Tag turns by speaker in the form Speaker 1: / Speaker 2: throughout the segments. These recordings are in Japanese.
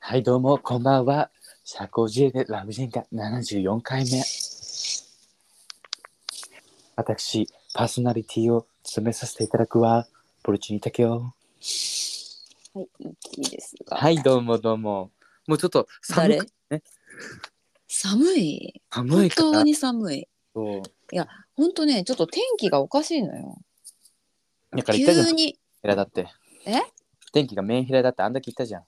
Speaker 1: はい、どうも、こんばんは。社交辞令でラブジェンガ74回目。私、パーソナリティを務めさせていただくは、ポルチニタケオ。
Speaker 2: はい、いいですが。
Speaker 1: はい、どうもどうも。もうちょっと寒くね、
Speaker 2: 寒い。
Speaker 1: 寒
Speaker 2: 本
Speaker 1: いから
Speaker 2: 当に寒い。
Speaker 1: そう
Speaker 2: 本当ね、ちょっと天気がおかしいのよ。
Speaker 1: だから言ったじゃん、メ
Speaker 2: 急
Speaker 1: ン
Speaker 2: に。
Speaker 1: ヘラだって。
Speaker 2: え
Speaker 1: 天気がメンヘラだってあんだけ言ったじゃん。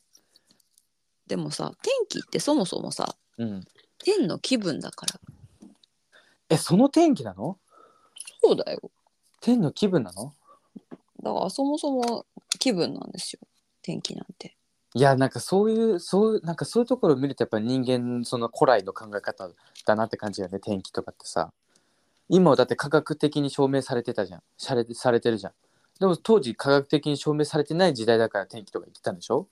Speaker 2: でもさ、天気ってそもそもさ、
Speaker 1: うん。
Speaker 2: 天の気分だから。
Speaker 1: え、その天気なの
Speaker 2: そうだよ。
Speaker 1: 天の気分なの
Speaker 2: だからそもそも気分なんですよ。天気なんて。
Speaker 1: いや、なんかそういう、そういう、なんかそういうところを見ると、やっぱり人間、その古来の考え方だなって感じだよね、天気とかってさ。今はだって科学的に証明されてたじゃん。されされてるじゃん。でも当時科学的に証明されてない時代だから天気とか言ってたんでしょ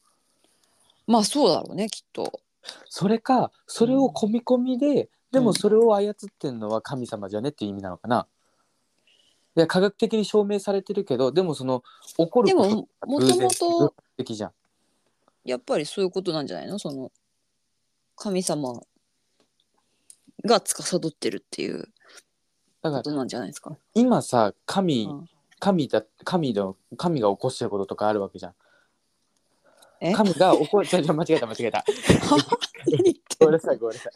Speaker 2: まあそうだろうね、きっと。
Speaker 1: それか、それを込み込みで、で
Speaker 2: う
Speaker 1: も
Speaker 2: ん
Speaker 1: それを操ってんのは神様じゃねっていう意味なのかな。いや、科学的に証明されてるけど、でもその、起こる
Speaker 2: で
Speaker 1: こと
Speaker 2: も、
Speaker 1: が
Speaker 2: も
Speaker 1: 偶
Speaker 2: と
Speaker 1: 然
Speaker 2: もと、
Speaker 1: 的じゃん。
Speaker 2: やっぱりそういうことなんじゃないのその、神様が司ってるっていう
Speaker 1: だか
Speaker 2: こ
Speaker 1: ら、
Speaker 2: となんじゃない ですか。
Speaker 1: 今さ、神、
Speaker 2: うん
Speaker 1: 神だ神の神が起こしてることとかあるわけじゃん。
Speaker 2: え
Speaker 1: 神が起 こちょちょ間違えた間違えた。
Speaker 2: 何言って
Speaker 1: ごめん
Speaker 2: んの
Speaker 1: なさいごめんなさい。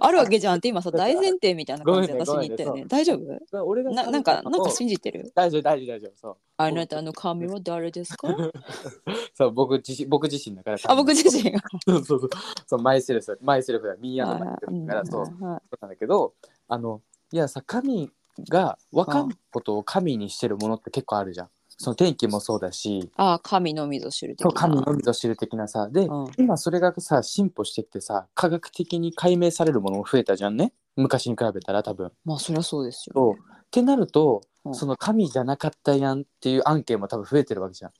Speaker 2: あるわけじゃんって今さ大前提みたいな感じで私
Speaker 1: ごめ
Speaker 2: に
Speaker 1: んね
Speaker 2: 言ったよね。大丈夫
Speaker 1: 俺が
Speaker 2: ななんかなん
Speaker 1: そ
Speaker 2: か
Speaker 1: う
Speaker 2: 信じてる
Speaker 1: 大丈夫大丈夫大丈夫そう
Speaker 2: あなたの神は誰ですか
Speaker 1: そう僕自身僕自身だから。
Speaker 2: あ僕自身が。
Speaker 1: そうそうそうそうマイセルフマイセルフだミーアンドマイセルフだからそうそ
Speaker 2: は
Speaker 1: うなんだけどあのいやさ神が分かんないことを神にしてるものって結構あるじゃん。その天気もそうだし。
Speaker 2: ああ神のみぞ知る的
Speaker 1: そう
Speaker 2: な。
Speaker 1: 神のみぞ知る的なさで、
Speaker 2: うん
Speaker 1: 今それがさ進歩してきてさ科学的に解明されるものも増えたじゃんね昔に比べたら多分。
Speaker 2: まあそりゃそうですよ。
Speaker 1: そうってなると、
Speaker 2: うん
Speaker 1: その神じゃなかったやんっていう案件も多分増えてるわけじゃん。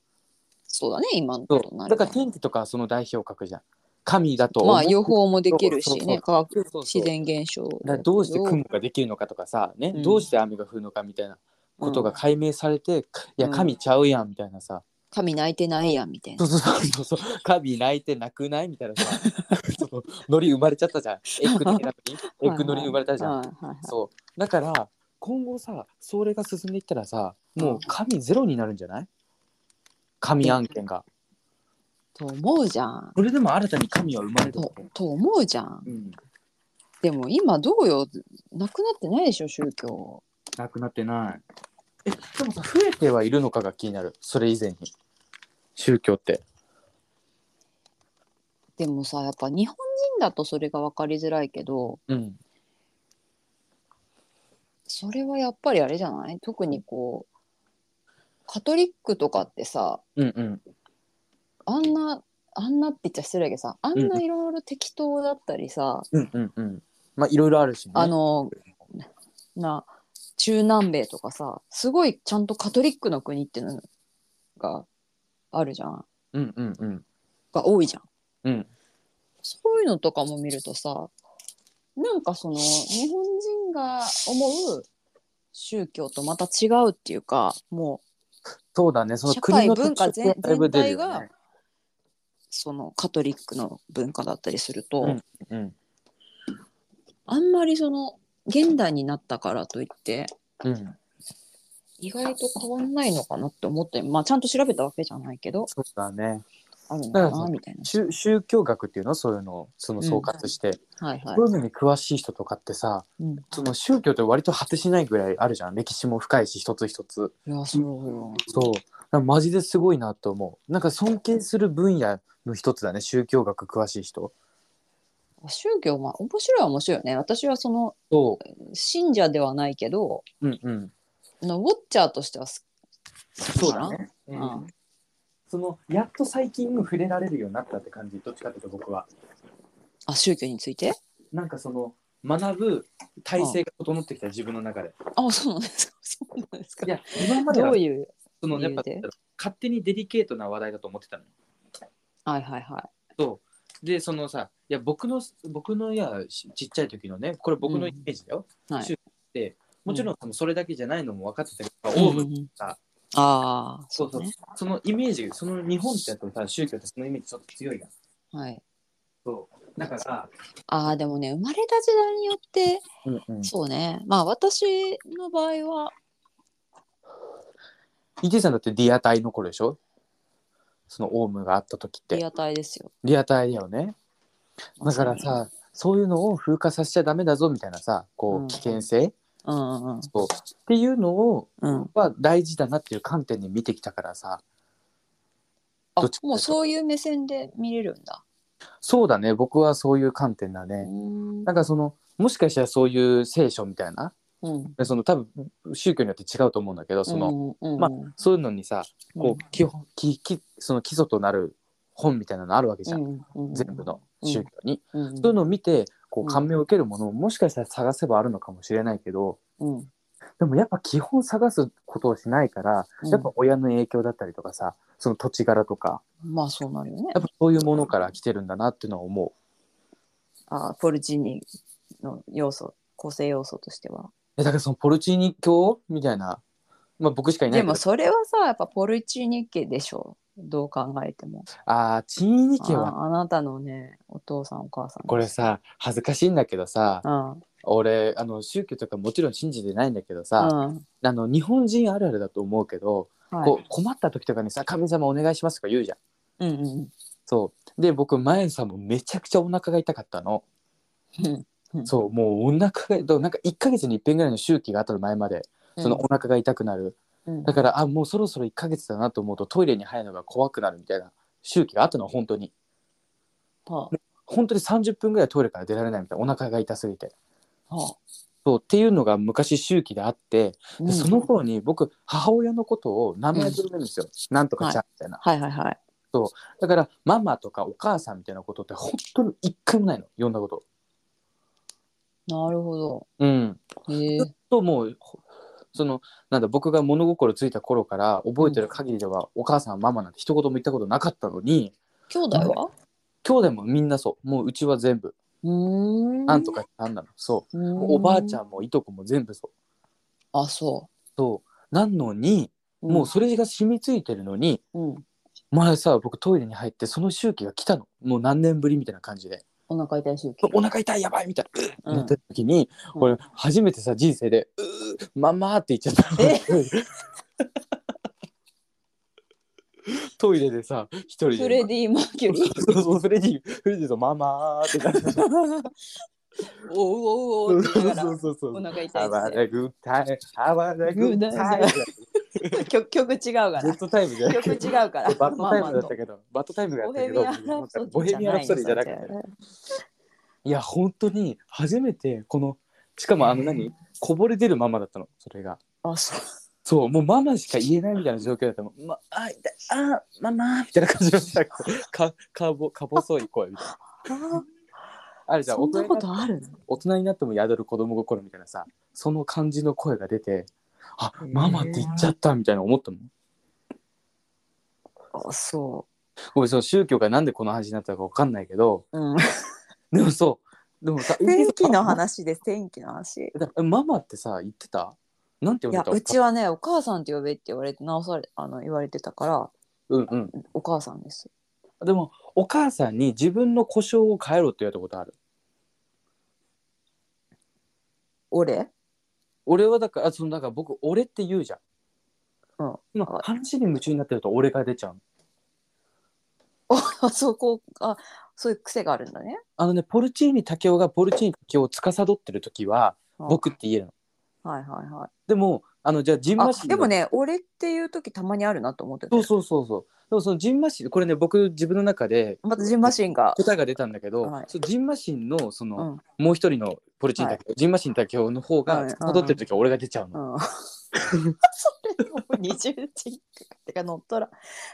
Speaker 2: そうだね今の
Speaker 1: そ
Speaker 2: ことにな
Speaker 1: う
Speaker 2: る
Speaker 1: だか
Speaker 2: と
Speaker 1: ら天気とかはその代表格じゃん。神だと思う
Speaker 2: まあ予報もできるし
Speaker 1: そうそうそ
Speaker 2: ね
Speaker 1: う
Speaker 2: 科学
Speaker 1: そうそう
Speaker 2: 自然現象だけ
Speaker 1: だからどうして雲ができるのかとかさ、ね
Speaker 2: うん
Speaker 1: どうして雨が降るのかみたいなことが解明されて、いや
Speaker 2: うん
Speaker 1: 神ちゃうやんみたいなさ、
Speaker 2: 神泣いてないやんみたいな。
Speaker 1: そうそうそうそうそう神泣いて泣くないみたいな さそ のノリ生まれちゃったじゃんエッグ的なノリエッグノリ生まれたじゃん。
Speaker 2: はいはいはい
Speaker 1: そうだから今後さそれが進んでいったらさもう神ゼロになるんじゃない神案件が
Speaker 2: と思うじゃん。
Speaker 1: それでも新たに神は生まれる
Speaker 2: とと思うじゃん。
Speaker 1: うん
Speaker 2: でも今どうよなくなってないでしょ宗教。
Speaker 1: なくなってないえでもさ増えてはいるのかが気になるそれ以前に宗教って
Speaker 2: でもさやっぱ日本人だとそれが分かりづらいけど
Speaker 1: うん
Speaker 2: それはやっぱりあれじゃない特にこうカトリックとかってさ
Speaker 1: うんうん
Speaker 2: あんなあんなって言っちゃ失礼だけどさあんないろいろ適当だったりさ、
Speaker 1: うんうんうんまあいろいろあるしね
Speaker 2: あのな中南米とかさすごいちゃんとカトリックの国っていうのがあるじゃん
Speaker 1: うんうんうん
Speaker 2: が多いじゃん。
Speaker 1: うん
Speaker 2: そういうのとかも見るとさなんかその日本人が思う宗教とまた違うっていうかもう
Speaker 1: そうだねその
Speaker 2: 社
Speaker 1: 国
Speaker 2: 会
Speaker 1: の
Speaker 2: 文化
Speaker 1: 特色
Speaker 2: 全
Speaker 1: がだいぶ出る
Speaker 2: 全
Speaker 1: よ
Speaker 2: 体
Speaker 1: ね
Speaker 2: がそのカトリックの文化だったりすると、
Speaker 1: うんうん
Speaker 2: あんまりその現代になったからといって
Speaker 1: うん
Speaker 2: 意外と変わんないのかなって思ってまあちゃんと調べたわけじゃないけど
Speaker 1: そうだね
Speaker 2: あるの
Speaker 1: だから
Speaker 2: か
Speaker 1: そ
Speaker 2: な
Speaker 1: の
Speaker 2: みたいな。
Speaker 1: 宗宗教学っていうのそういうのをその総括して、
Speaker 2: はいはい
Speaker 1: そういうのに詳しい人とかってさ
Speaker 2: うん、い
Speaker 1: その宗教って割と果てしないぐらいあるじゃん歴史も深いし一つ一つ
Speaker 2: やそうよ。
Speaker 1: そうだからマジですごいなと思うなんか尊敬する分野の一つだね宗教学詳しい人
Speaker 2: 宗教まあ面白いは面白いよね。私はその
Speaker 1: そ
Speaker 2: 信者ではないけど、
Speaker 1: ううんうん
Speaker 2: のウォッチャーとしては好き
Speaker 1: そう
Speaker 2: かな
Speaker 1: だね、うん
Speaker 2: うん
Speaker 1: そのやっと最近触れられるようになったって感じどっちかっていうと僕は
Speaker 2: あ宗教について
Speaker 1: なんかその学ぶ体制が整ってきた自分の中で
Speaker 2: あそうなんですか そうなんですか
Speaker 1: いや今まで
Speaker 2: ど
Speaker 1: は
Speaker 2: ういう
Speaker 1: そのやっぱ
Speaker 2: 理由で
Speaker 1: 勝手にデリケートな話題だと思ってたの
Speaker 2: はいはいは
Speaker 1: そうでそのさいや僕の僕のいやしちっちゃい時のねこれ僕の
Speaker 2: う
Speaker 1: イ
Speaker 2: ん
Speaker 1: メージだよ、
Speaker 2: いは
Speaker 1: 宗
Speaker 2: い、
Speaker 1: もちろんそのそれだけじゃないのも分かってたけど、
Speaker 2: うん
Speaker 1: オウ
Speaker 2: う
Speaker 1: ム
Speaker 2: んうん
Speaker 1: さ
Speaker 2: ああ
Speaker 1: そうそうそのイメージその日本ってやっぱさ宗教ってそのイメージちょっと強いやん
Speaker 2: はい
Speaker 3: そうだから
Speaker 2: ああでもね生まれた時代によって
Speaker 1: うんうん、
Speaker 2: そうねまあ私の場合は
Speaker 1: 伊地さんだってリアタイの頃でしょそのオウムがあった時って
Speaker 2: リアタイですよ。
Speaker 1: リアタイだよねだからさそういうのを風化させちゃダメだぞみたいなさこ
Speaker 2: うん
Speaker 1: う危険性、
Speaker 2: うんうん
Speaker 1: そうっていうのを
Speaker 2: うん。
Speaker 1: は大事だなっていう観点で見てきたからさど
Speaker 2: あ
Speaker 1: っちか
Speaker 2: もうそういう目線で見れるんだ。
Speaker 1: そうだね僕はそういう観点だ
Speaker 2: う
Speaker 1: ね
Speaker 2: ん
Speaker 1: なんかそのもしかしたらそういう聖書みたいな
Speaker 2: うん。
Speaker 1: その多分宗教によって違うと思うんだけどその、
Speaker 2: うんうん
Speaker 1: まあそういうのにさこう基本ききその基礎となる本みたいなのあるわけじゃん、
Speaker 2: うんうん
Speaker 1: 全部の宗教に、
Speaker 2: うん
Speaker 1: そういうのを見てこう
Speaker 2: うん
Speaker 1: 感銘を受けるものをもしかしたら探せばあるのかもしれないけど
Speaker 2: うん
Speaker 1: でもやっぱ基本探すことをしないから、
Speaker 2: うん
Speaker 1: やっぱ親の影響だったりとかさその土地柄とか
Speaker 2: まあそうなるよね
Speaker 1: やっぱそういうものから来てるんだなっていうのは思う
Speaker 2: あーポルチーニの要素構成要素としては
Speaker 1: えだからそのポルチーニ教みたいな、まあ、僕しかいない
Speaker 2: で
Speaker 1: けど
Speaker 2: もそれはさやっぱポルチーニ家でしょどう考えても
Speaker 1: ああチーニ
Speaker 2: あ
Speaker 1: 家は
Speaker 2: ーあなたのねお父さんお母さん
Speaker 1: これさ恥ずかしいんだけどさ
Speaker 2: うん
Speaker 1: 俺あの宗教とかもちろん信じてないんだけど
Speaker 2: う
Speaker 1: さ、
Speaker 2: ん
Speaker 1: あの日本人あるあるだと思うけど、
Speaker 2: はい
Speaker 1: こう困った時とかにさ「神様お願いします」とか言うじゃん。
Speaker 2: うんうん
Speaker 1: そうで僕前さんもめちゃくちゃお腹が痛かったの。
Speaker 2: うん
Speaker 1: そうもうお腹がどうなんか1ヶ月に一遍ぐらいの周期があったの前までそのお腹が痛くなる、
Speaker 2: うん
Speaker 1: だからあもうそろそろ1ヶ月だなと思うとトイレに入るのが怖くなるみたいな周期があったの本当に
Speaker 2: は
Speaker 1: 本当に30分ぐらいトイレから出られないみたいなお腹が痛すぎて
Speaker 2: あは
Speaker 1: そうっていうのが昔周期であって
Speaker 2: あ
Speaker 1: でその頃に僕母親のことを名前で呼べるんですよ、なんとかちゃんみたいな、
Speaker 2: はいはいはい
Speaker 1: だからママとかお母さんみたいなことって本当に一回もないの呼んだこと
Speaker 2: なるほ
Speaker 1: うん
Speaker 2: どへえ
Speaker 1: ずっともうほそのなんだ僕が物心ついた頃から覚えてる限りでは、お母さんママなんて一言も言ったことなかったのに
Speaker 2: 兄弟は
Speaker 1: 兄弟もみんなそうもううちは全部
Speaker 2: うーん
Speaker 1: なんとかなんなのそう
Speaker 2: うーん
Speaker 1: おばあちゃんもいとこも全部そう
Speaker 2: あそ
Speaker 1: そうなのに
Speaker 2: う
Speaker 1: もうそれが染みついてるのに、
Speaker 2: うんうん
Speaker 1: 前さ僕トイレに入ってその周期が来たのもう何年ぶりみたいな感じで
Speaker 2: お腹痛い周期
Speaker 1: お腹痛いやばいみたいな、
Speaker 2: うん
Speaker 1: なった時に、
Speaker 2: うん
Speaker 1: 俺初めてさ人生で「うーママ」って言っちゃったの
Speaker 2: え
Speaker 1: トイレでさ一人で
Speaker 2: フレディ・マーキ ュリー
Speaker 1: そうそうフレディフレディと「ママ」ってなってた
Speaker 2: おうおう
Speaker 1: そうう
Speaker 2: おって言
Speaker 1: そ
Speaker 2: いな
Speaker 1: う
Speaker 2: が
Speaker 1: そ
Speaker 2: ら
Speaker 1: うそう
Speaker 2: お腹
Speaker 1: ハ
Speaker 2: 痛
Speaker 1: ワ
Speaker 2: いで
Speaker 1: レグタイハワレグタイ
Speaker 2: グ 曲曲違うから
Speaker 1: グッドタイムじゃな
Speaker 2: 曲
Speaker 1: く
Speaker 2: 違
Speaker 1: て
Speaker 2: うから
Speaker 1: バッドタイムだっ
Speaker 2: と
Speaker 1: たけどバッドタイムがあ
Speaker 2: ボ
Speaker 1: ったけ
Speaker 2: ヘ
Speaker 1: ど
Speaker 2: ミアン・ラプソディ
Speaker 1: ボヘミアン・ラプソディじゃなくていや本当に初めてこのしかもあの何こぼれ出るままだったのそれが
Speaker 2: あそう
Speaker 1: そうもうママしか言えないみたいな状況だったのまあ痛いあママみたいな感じのさかかぼか細い声みたいなあれじゃん
Speaker 2: そ
Speaker 1: 大人
Speaker 2: ん
Speaker 1: に
Speaker 2: な
Speaker 1: な
Speaker 2: こ
Speaker 1: って
Speaker 2: とある
Speaker 1: 大人になっても宿る子供心みたいなさその感じの声が出てあママって言っちゃったみたいな思ったもん
Speaker 2: あそ
Speaker 1: ごめんその宗教がなんでこの話になったかわかんないけど
Speaker 2: う、うん、
Speaker 1: でもそうでも さ
Speaker 2: 天気の話です天気の話
Speaker 1: だママってさ言ってたなんて
Speaker 2: い
Speaker 1: 呼ん
Speaker 2: や
Speaker 1: でた
Speaker 2: うちはねお母さんって呼べって言われて直されあの言われてたから
Speaker 1: うんうん
Speaker 2: お母さんです
Speaker 1: でもお母さんに自分の故障を変えろって言われたことある
Speaker 2: 俺
Speaker 1: 俺はだからあそのだから僕俺って言うじゃん、
Speaker 2: うん
Speaker 1: 今
Speaker 2: はい
Speaker 1: 話に夢中になってると俺が出ちゃう
Speaker 2: あそこあそういう癖があるんだね
Speaker 1: あのねポルチーニ竹雄がポルチーニ竹雄を司ってる時は
Speaker 2: あ
Speaker 1: 僕って言えるの
Speaker 2: はいはいはい
Speaker 1: でもあのじゃあジン
Speaker 2: あ
Speaker 1: マシン
Speaker 2: でもね俺っていう時たまにあるなと思ってた
Speaker 1: そうそうそうそうでもそのジンマシンこれね僕自分の中で
Speaker 2: またジンマシンが
Speaker 1: 答えが出たんだけど、
Speaker 2: はい
Speaker 1: そうジンマシンのその、
Speaker 2: うん
Speaker 1: もう一人のポルチーニ竹雄、ジンマシン竹雄の方
Speaker 2: は
Speaker 1: が
Speaker 2: い
Speaker 1: 司ってる時は俺が出ちゃうの、
Speaker 2: うん それもう二重チンクてか乗っ取ら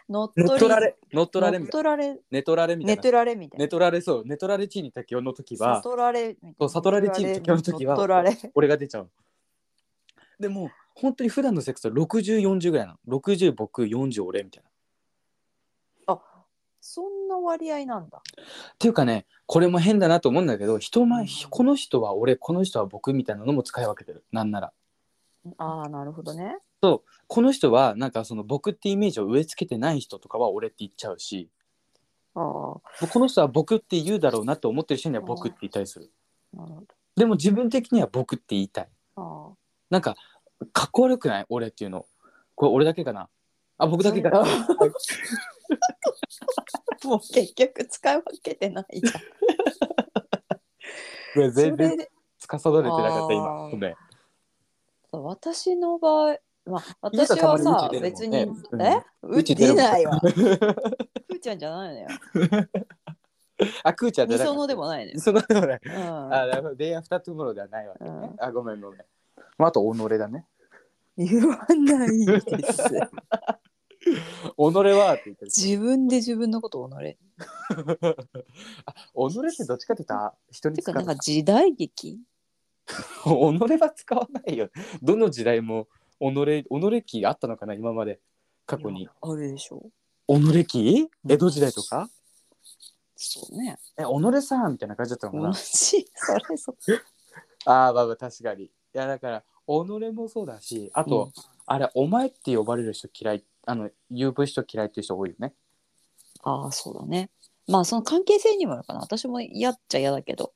Speaker 2: 乗っ
Speaker 1: 乗っ
Speaker 2: 取り
Speaker 1: 取られ乗っ取られ
Speaker 2: 乗
Speaker 1: み
Speaker 2: った
Speaker 1: いな
Speaker 2: 取られ
Speaker 1: 寝取られみた
Speaker 2: 寝
Speaker 1: いな
Speaker 2: 取られみたいな
Speaker 1: 寝取られそう寝取られチーニ竹雄の時は
Speaker 2: 悟られみたい
Speaker 1: そ
Speaker 2: な
Speaker 1: う悟られチーニ竹雄の時は
Speaker 2: 乗っ取られ
Speaker 1: 俺が出ちゃうのでも本当に普段のセックスは6040ぐらいなの60僕40俺みたいな
Speaker 2: そんな割合なんだ
Speaker 1: っていうかねこれも変だなと思うんだけど人前、
Speaker 2: うん
Speaker 1: この人は俺この人は僕みたいなのも使い分けてるなんなら
Speaker 2: ああなるほどね
Speaker 1: この人はなんかその僕ってイメージを植え付けてない人とかは俺って言っちゃうし
Speaker 2: ああ
Speaker 1: もうこの人は僕って言うだろうなって思ってる人には僕って言ったりする
Speaker 2: なるほ
Speaker 1: でも自分的には僕って言いたい
Speaker 2: ど
Speaker 1: なんかかっこ悪くない俺っていうのこれ俺だけかなあ僕だけか
Speaker 2: あ
Speaker 1: な
Speaker 2: あもう結局使い分けてないじゃん
Speaker 1: うわ 全
Speaker 2: それ
Speaker 1: 然
Speaker 2: で
Speaker 1: 司れてなかった
Speaker 2: あ
Speaker 1: 今
Speaker 2: ー
Speaker 1: ごめん
Speaker 2: 私の場合、まあ、
Speaker 1: 家
Speaker 2: 私
Speaker 1: がたま
Speaker 2: は
Speaker 1: に宇
Speaker 2: さ、
Speaker 1: 宙出るもん
Speaker 2: 別に
Speaker 1: ね、
Speaker 2: え、う
Speaker 1: 宇
Speaker 2: ち
Speaker 1: 宙出
Speaker 2: 出
Speaker 1: るもん
Speaker 2: ないわ。ふーちゃんじゃないのよ。
Speaker 1: あクーちゃん
Speaker 2: みその
Speaker 1: の
Speaker 2: でもないのよ。
Speaker 1: そのでもない
Speaker 2: うん
Speaker 1: あなるほどデイアフタートゥモローではないわけね
Speaker 2: うん
Speaker 1: あごめんごめんまああと己だね
Speaker 2: 言わないです。
Speaker 1: 己はって言 ってる
Speaker 2: 自分で自分のことを己れ。
Speaker 1: あ己ってどっちかって言ったら人に
Speaker 2: て
Speaker 1: 使
Speaker 2: か、
Speaker 1: う
Speaker 2: なんか時代劇
Speaker 1: 己は使わないよどの時代も己己期あったのかな今まで過去に
Speaker 2: あるでしょ。
Speaker 1: 己期
Speaker 2: うん
Speaker 1: 江戸時代とか
Speaker 2: そうね。
Speaker 1: え己さんみたいな感じだったのか
Speaker 2: 同
Speaker 1: な
Speaker 2: じ、それそ
Speaker 1: あーまあまあ確かにいやだから己もそうだしあと、あれお前って呼ばれる人嫌いあの呼ぶ人嫌いっていう人多いよね
Speaker 2: ああ、そうだね。まあ、その関係性にもよるかな。私も嫌っちゃ嫌だけど。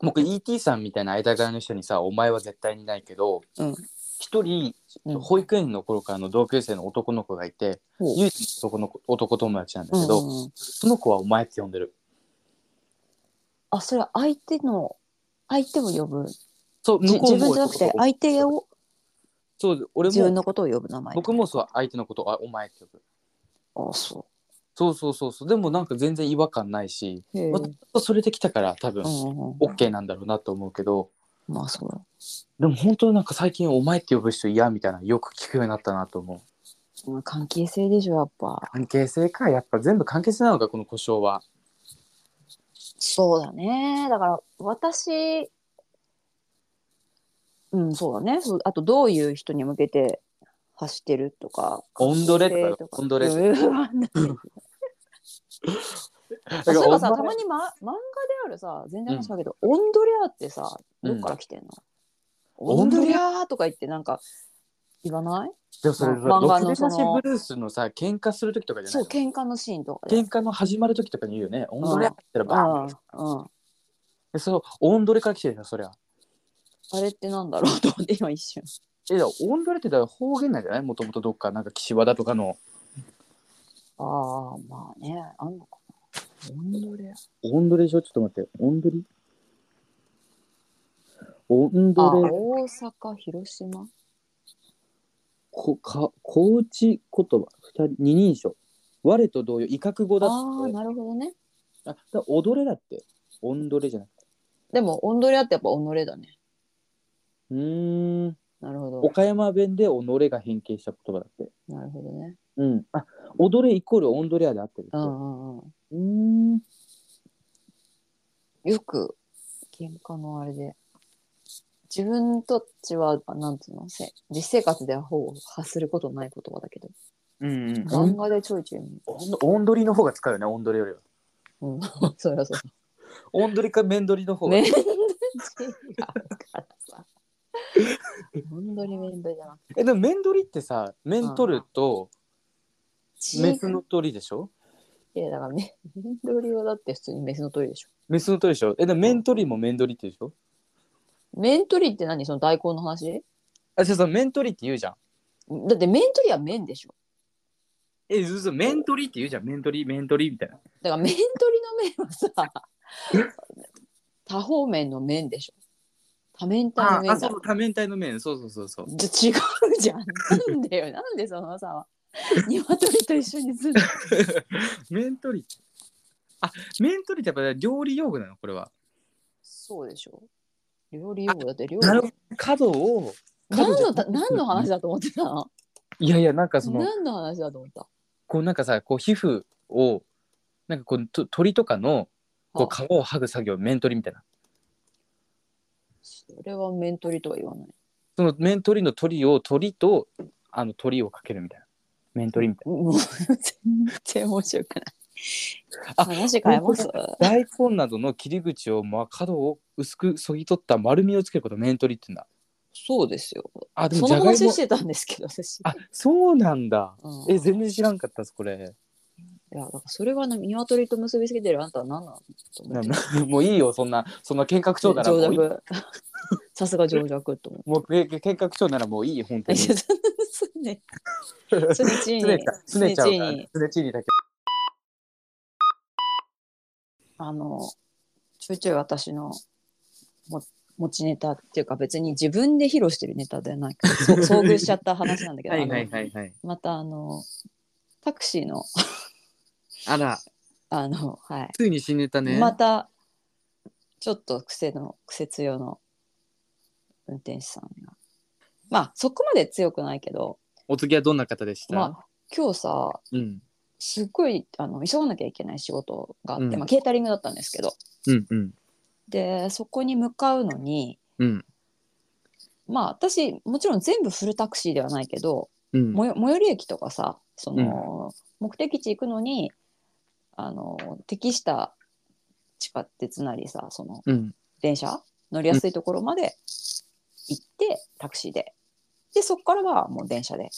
Speaker 1: 僕 ET さんみたいな間柄の人にさお前は絶対にないけど
Speaker 2: うん
Speaker 1: 一、人
Speaker 2: うん
Speaker 1: 保育園の頃からの同級生の男の子がいて、
Speaker 2: ほう
Speaker 1: 唯一の男の子男友達なんだけど、
Speaker 2: うんうん
Speaker 1: その子はお前って呼んでる
Speaker 2: あ、それは相手の、相手を呼ぶ。
Speaker 1: そう
Speaker 2: じ
Speaker 1: 向こう
Speaker 2: 自
Speaker 1: も
Speaker 2: 分じゃなくて、相手を、
Speaker 1: そう俺
Speaker 2: 自分
Speaker 1: も
Speaker 2: のことを呼ぶ名前。
Speaker 1: 僕もそう相手のことあお前って呼ぶ
Speaker 2: あそ
Speaker 1: そうそうそうそうでもなんか全然違和感ないし、
Speaker 2: う。へえ。
Speaker 1: まあそれできたから多分
Speaker 2: うんうんうん、
Speaker 1: OK なんだろうなと思うけど
Speaker 2: まあそうだ。
Speaker 1: でも本当になんか最近お前って呼ぶ人嫌みたいなのよく聞くようになったなと思う
Speaker 2: まあ関係性でしょ、やっぱ。
Speaker 1: 関係性かやっぱ全部関係性なのかこの故障は
Speaker 2: そうだね。だから、私、うん、そうだね。そうあと、どういう人に向けて走ってるとか。
Speaker 1: オンドレとか
Speaker 2: 関係性
Speaker 1: オンドレ
Speaker 2: うん言わない
Speaker 1: だ
Speaker 2: そういえば
Speaker 1: お
Speaker 2: さ、たま
Speaker 1: 前
Speaker 2: に、ま、漫画であるさ、全然話だけど、オンドレアってさ、どっから来てんの、オ
Speaker 1: オ
Speaker 2: ン
Speaker 1: ン
Speaker 2: ド
Speaker 1: ド
Speaker 2: レ
Speaker 1: レ
Speaker 2: アとか言って、なんか、言わない
Speaker 1: でもそれ
Speaker 2: ま漫画の
Speaker 1: ロケ
Speaker 2: その
Speaker 1: なしブルースのさ喧嘩する時とかじゃな
Speaker 2: そ、
Speaker 1: いうの
Speaker 2: 喧嘩のシーンとかで。
Speaker 1: 喧嘩の始まる時とかに言うよねオンドレって言ったらバーンって
Speaker 2: うんうん。
Speaker 1: でそうオンドレから来てるよそりゃ
Speaker 2: あれってなんだろうと思って今一瞬。
Speaker 1: えだからオンドレってだから方言なんじゃないもともとどっかなんか岸和田とかの
Speaker 2: ああ、まあね、あんのかな。オンドレ
Speaker 1: オンドレでしょちょっと待ってオンドリオン
Speaker 2: あ、
Speaker 1: ドレ
Speaker 2: 大阪、広島。
Speaker 1: こか高知言葉二人二人称我と同様威嚇語だ
Speaker 2: あ
Speaker 1: っ
Speaker 2: あ、
Speaker 1: て
Speaker 2: なるほどね。
Speaker 1: あだから踊れだってオンドレじゃなくて
Speaker 2: でも、オンドレアってやっぱ己だね。
Speaker 1: うーん
Speaker 2: なるほど。
Speaker 1: 岡山弁で己が変形した言葉だって
Speaker 2: なるほどね。
Speaker 1: うんあ踊れイコールオンドレアであってるって
Speaker 2: う
Speaker 1: うん
Speaker 2: うんう
Speaker 1: ーん
Speaker 2: ん。よく、喧嘩のあれで。自分たちは、あなんつうのせ実生活ではほぼ発することない言葉だけど、
Speaker 1: うんうん
Speaker 2: 漫画でちょいちょい見る。
Speaker 1: オンドオンドリの方が使うよねオンドレよりは
Speaker 2: うん、そりゃそう。
Speaker 1: オンドリかメンドリの方が
Speaker 2: めんどいからさ。ほんとにめんどいじゃなくて。
Speaker 1: えでも面取りってさ面取ると
Speaker 2: チ
Speaker 1: メス
Speaker 2: ー
Speaker 1: の鳥でしょ
Speaker 2: いやだからめ、めんどりはだって普通にメスの鳥でし
Speaker 1: メスの鳥でしょえでも面取りも面取りって言うでしょ
Speaker 2: ょ。めんとりって何その大根の話
Speaker 1: あそうそう面取りって言うじゃん
Speaker 2: だってめんとりは麺でしょ。
Speaker 1: えそうそう面取りって言うじゃん面取り面取りみたいな
Speaker 2: だからめんとりの麺はさ、多方面の麺でしょ。多面体の
Speaker 1: ああ
Speaker 2: 麺だ
Speaker 1: そう多面体の面そうそうそう そう
Speaker 2: じゃ違うじゃん。なんでよ。なんでそのさ、鶏と一緒にするの
Speaker 1: 面取りあ面取りってやっぱ料理用語なのこれは
Speaker 2: そうでしょ。料理用語だって料理。
Speaker 1: なるほど角を
Speaker 2: 何
Speaker 1: 角じゃ
Speaker 2: のた何の話だと思ってたの
Speaker 1: いやいやなんかその
Speaker 2: 何の話だと思った
Speaker 1: こうなんかさこう皮膚をなんかこうと鳥とかのこう皮を剥ぐ作業面取りみたいな
Speaker 2: それは面取りとは言わない。
Speaker 1: その面取りの鳥を鳥とあの鳥をかけるみたいな面取りみたい
Speaker 2: もう全然面白くない。
Speaker 1: あ
Speaker 2: 話変えます
Speaker 1: な大根などの切り口を、まあ、角を薄く削ぎ取った丸みをつけることを面取りって言うんだ
Speaker 2: そうですよ。
Speaker 1: あで
Speaker 2: そ
Speaker 1: もじ
Speaker 2: の
Speaker 1: ゃがい
Speaker 2: 話
Speaker 1: も
Speaker 2: してたんですけど、私。
Speaker 1: あそうなんだ
Speaker 2: うん
Speaker 1: え全然知らんかったですこれ
Speaker 2: いやだからそれがな鶏と結びつけてるあんたは何なのと思 っ て
Speaker 1: もういいよそんなそんな見学長ならも
Speaker 2: 情
Speaker 1: ういい
Speaker 2: 弱 さすが情弱と思って
Speaker 1: もうえ見学長ならもういいよ本当
Speaker 2: い
Speaker 1: に
Speaker 2: やそんなね
Speaker 1: つ
Speaker 2: 常に
Speaker 1: ねちゃつねちゃうから
Speaker 2: 常に
Speaker 1: つねちにだけ
Speaker 2: あのちょいちょい私のも持ちネタっていうか別に自分で披露してるネタではな いからそ遭遇しちゃった話なんだけどあの
Speaker 1: はいはい
Speaker 2: またあのタクシーの
Speaker 1: あら
Speaker 2: あのはい
Speaker 1: ついに死ねたね
Speaker 2: またちょっと癖の癖強の運転手さんがまあそこまで強くないけど、
Speaker 1: お次はどんな方でした、
Speaker 2: まあ、今日さ
Speaker 1: うん
Speaker 2: すっごいあの急がなきゃいけない仕事があって、
Speaker 1: うん
Speaker 2: まあ、ケータリングだったんですけど
Speaker 1: うんうん
Speaker 2: でそこに向かうのに
Speaker 1: うん
Speaker 2: まあ私もちろん全部フルタクシーではないけど、
Speaker 1: うん
Speaker 2: もよ最寄り駅とかさその、目的地行くのにあの適した地下鉄なりさその
Speaker 1: うん
Speaker 2: 電車乗りやすいところまで行って、タクシーででそこからはもう電車で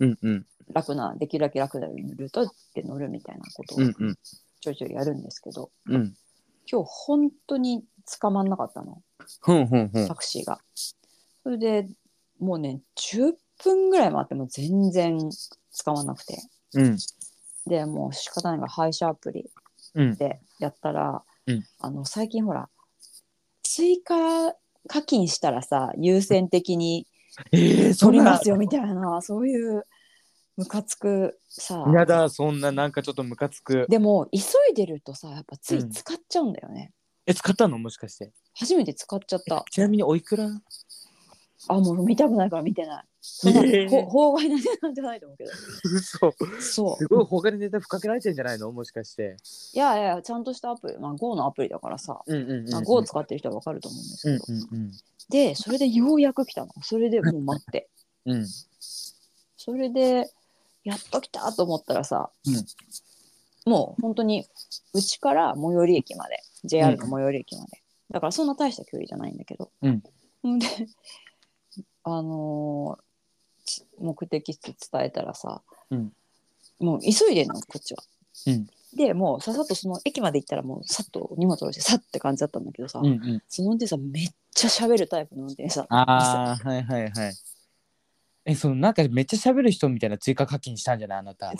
Speaker 1: うんうん
Speaker 2: 楽なできるだけ楽なルートで乗るみたいなことを
Speaker 1: うんうん
Speaker 2: ちょいちょいやるんですけど、
Speaker 1: うん
Speaker 2: 今日本当に捕まんなかったの
Speaker 1: ふんふんふん
Speaker 2: タクシーが。それでもうね10分ぐらい待っても全然捕まんなくて
Speaker 1: うん
Speaker 2: でもう仕方ないから配車アプリ
Speaker 1: うん
Speaker 2: でやったら、
Speaker 1: うん
Speaker 2: あの最近ほら追加課金したらさ優先的に
Speaker 1: えー、そ
Speaker 2: 取
Speaker 1: ん
Speaker 2: り
Speaker 1: な
Speaker 2: ますよみたいなそういうムカつくさ
Speaker 1: やだそんななんかちょっとムカつく
Speaker 2: でも急いでるとさやっぱつい使っちゃうんだよね、
Speaker 1: え使ったのもしかして
Speaker 2: 初めて使っちゃった
Speaker 1: ちなみにおいくら
Speaker 2: あもう見たくないから見てないそんな、
Speaker 1: えー
Speaker 2: ほ法外な値段じゃないと思うけど
Speaker 1: 嘘
Speaker 2: そう
Speaker 1: すごい他にネタ吹っかけられてんじゃないのもしかして
Speaker 2: いやいやちゃんとしたアプリ、まあ、Go のアプリだからさ、
Speaker 1: うんうん
Speaker 2: まあ、Go を使ってる人はわかると思うんですけ
Speaker 1: うん
Speaker 2: ど、
Speaker 1: うん
Speaker 2: でそれでようやく来たのそれでもう待って
Speaker 1: うんうん
Speaker 2: それでやっと来たと思ったらさ、
Speaker 1: うん
Speaker 2: もう本当にうちから最寄り駅まで JR の最寄り駅まで、だからそんな大した距離じゃないんだけど、
Speaker 1: うん
Speaker 2: んであのーち目的地伝えたらさ、
Speaker 1: うん
Speaker 2: もう急いでんのこっちは。
Speaker 1: うん
Speaker 2: でもうささっとその駅まで行ったらもうさっと荷物下ろしてさって感じだったんだけどさ、
Speaker 1: うんうん
Speaker 2: その運転手さんめっちゃ喋るタイプの運転手さん
Speaker 1: ああはいはいはいえそのなんかめっちゃ喋る人みたいな追加課金したんじゃないあなた
Speaker 2: 違う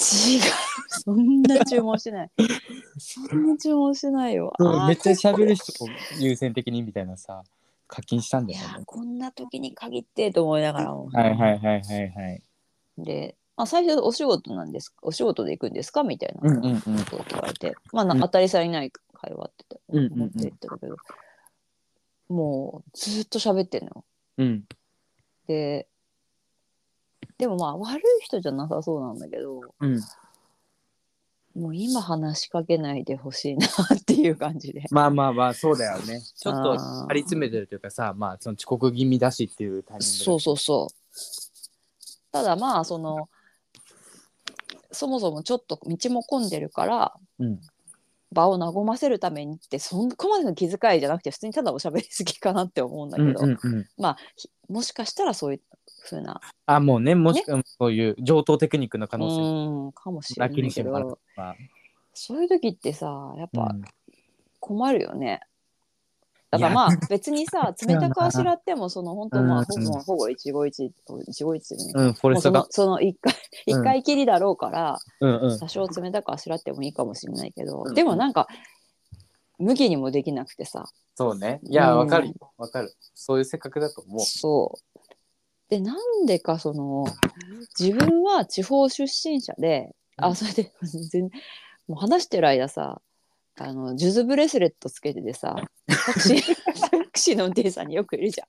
Speaker 2: そんな注文してないそんな注文してないよあー
Speaker 1: めっちゃ喋る人を優先的にみたいなさ課金したん
Speaker 2: い
Speaker 1: じ
Speaker 2: や
Speaker 1: ゃない
Speaker 2: ー
Speaker 1: の
Speaker 2: こんな時に限ってと思いながらも、
Speaker 1: はいはいはいはいはい
Speaker 2: で、まあ、最初お仕事なんですお仕事で行くんですかみたい
Speaker 1: うんう
Speaker 2: なん
Speaker 1: うん
Speaker 2: ことを聞かれて、まあな
Speaker 1: うん
Speaker 2: 当たり障りない会話って
Speaker 1: うんうんうん
Speaker 2: 思って言ったけど、もうずっと喋ってんのよ
Speaker 1: うん
Speaker 2: ででもまあ悪い人じゃなさそうなんだけど
Speaker 1: うん
Speaker 2: もう今話しかけないでほしいなっていう感じで
Speaker 1: まあまあまあそうだよねちょっと
Speaker 2: あー
Speaker 1: 張り詰めてるというかさまあその遅刻気味だしっていうタイミングで
Speaker 2: そうそうそう。ただまあそのそもそもちょっと道も混んでるから
Speaker 1: うん
Speaker 2: 場を和ませるためにってそこまでの気遣いじゃなくて普通にただおしゃべりすぎかなって思うんだけ
Speaker 1: うん
Speaker 2: ど、
Speaker 1: うんうん
Speaker 2: まあひもしかしたらそういうふうな
Speaker 1: あもうねもしくはそういう上等テクニックの可
Speaker 2: う
Speaker 1: 能性
Speaker 2: ーんかもしれな
Speaker 1: だけ
Speaker 2: い
Speaker 1: にし
Speaker 2: け
Speaker 1: てもら
Speaker 2: ど
Speaker 1: うは
Speaker 2: そういう時ってさやっ
Speaker 1: う
Speaker 2: ぱ
Speaker 1: ん
Speaker 2: 困るよね。
Speaker 1: いや
Speaker 2: だからまあ別に さ
Speaker 1: そう
Speaker 2: 冷
Speaker 1: だな
Speaker 2: たくあしらってもその本当まあほ
Speaker 1: うん
Speaker 2: ぼほぼ一期一会一期一会だね。
Speaker 1: うん、フォ
Speaker 2: も
Speaker 1: レ
Speaker 2: う
Speaker 1: スト
Speaker 2: そ
Speaker 1: が
Speaker 2: の。その一回
Speaker 1: うん
Speaker 2: 一回きりだろうから、
Speaker 1: うんうん。
Speaker 2: 多少冷たくあしらってもいいかもしれないけど、
Speaker 1: うん
Speaker 2: でもなんか無理にもできなくてさ
Speaker 1: そうね。い
Speaker 2: うん
Speaker 1: や、わかるよ。わかる。そういう性格だと思う。
Speaker 2: そうでなんでかその自分は地方出身者で、
Speaker 1: うん
Speaker 2: あそれで全もう話してる間さあのジュズブレスレットつけててさタクシ ータクシーの運転手さんによくいるじゃん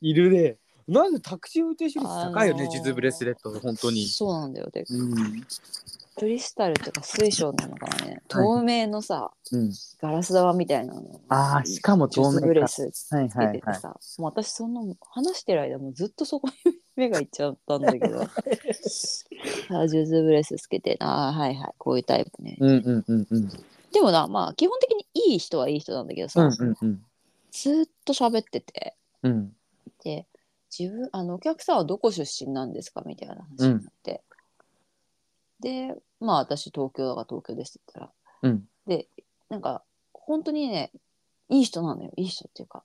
Speaker 1: いるね。なんでタクシー運転手率高いよ
Speaker 2: あ
Speaker 1: ね、
Speaker 2: のー
Speaker 1: 地図ブレスレット、本当に。
Speaker 2: そうなんだよで
Speaker 1: うん。
Speaker 2: クリスタルとか水晶なのかなね透明のさ
Speaker 1: うん。
Speaker 2: ガラス玉みたいなの
Speaker 1: ああ、しかも
Speaker 2: ジュ
Speaker 1: 透
Speaker 2: ズブ
Speaker 1: 明
Speaker 2: レ
Speaker 1: か。
Speaker 2: ス
Speaker 1: はい
Speaker 2: つけ
Speaker 1: は
Speaker 2: て
Speaker 1: い
Speaker 2: て
Speaker 1: はい。
Speaker 2: さ、もう私その話してる間もずっとそこに目がいっちゃったんだけ どあジューズブレスつけてああはいはいこういうタイプね、
Speaker 1: うんうんうんうん。
Speaker 2: でもなまあ基本的にいい人はいい人なんだけどさ、
Speaker 1: うんうんうん。
Speaker 2: ずーっと喋ってて
Speaker 1: うん。
Speaker 2: で自分あのお客さんはどこ出身なんですかみたいな話になって、でまあ私東京だから東京ですって言った
Speaker 1: う
Speaker 2: ら
Speaker 1: ん
Speaker 2: でなんか本当にねいい人なのよいい人っていうか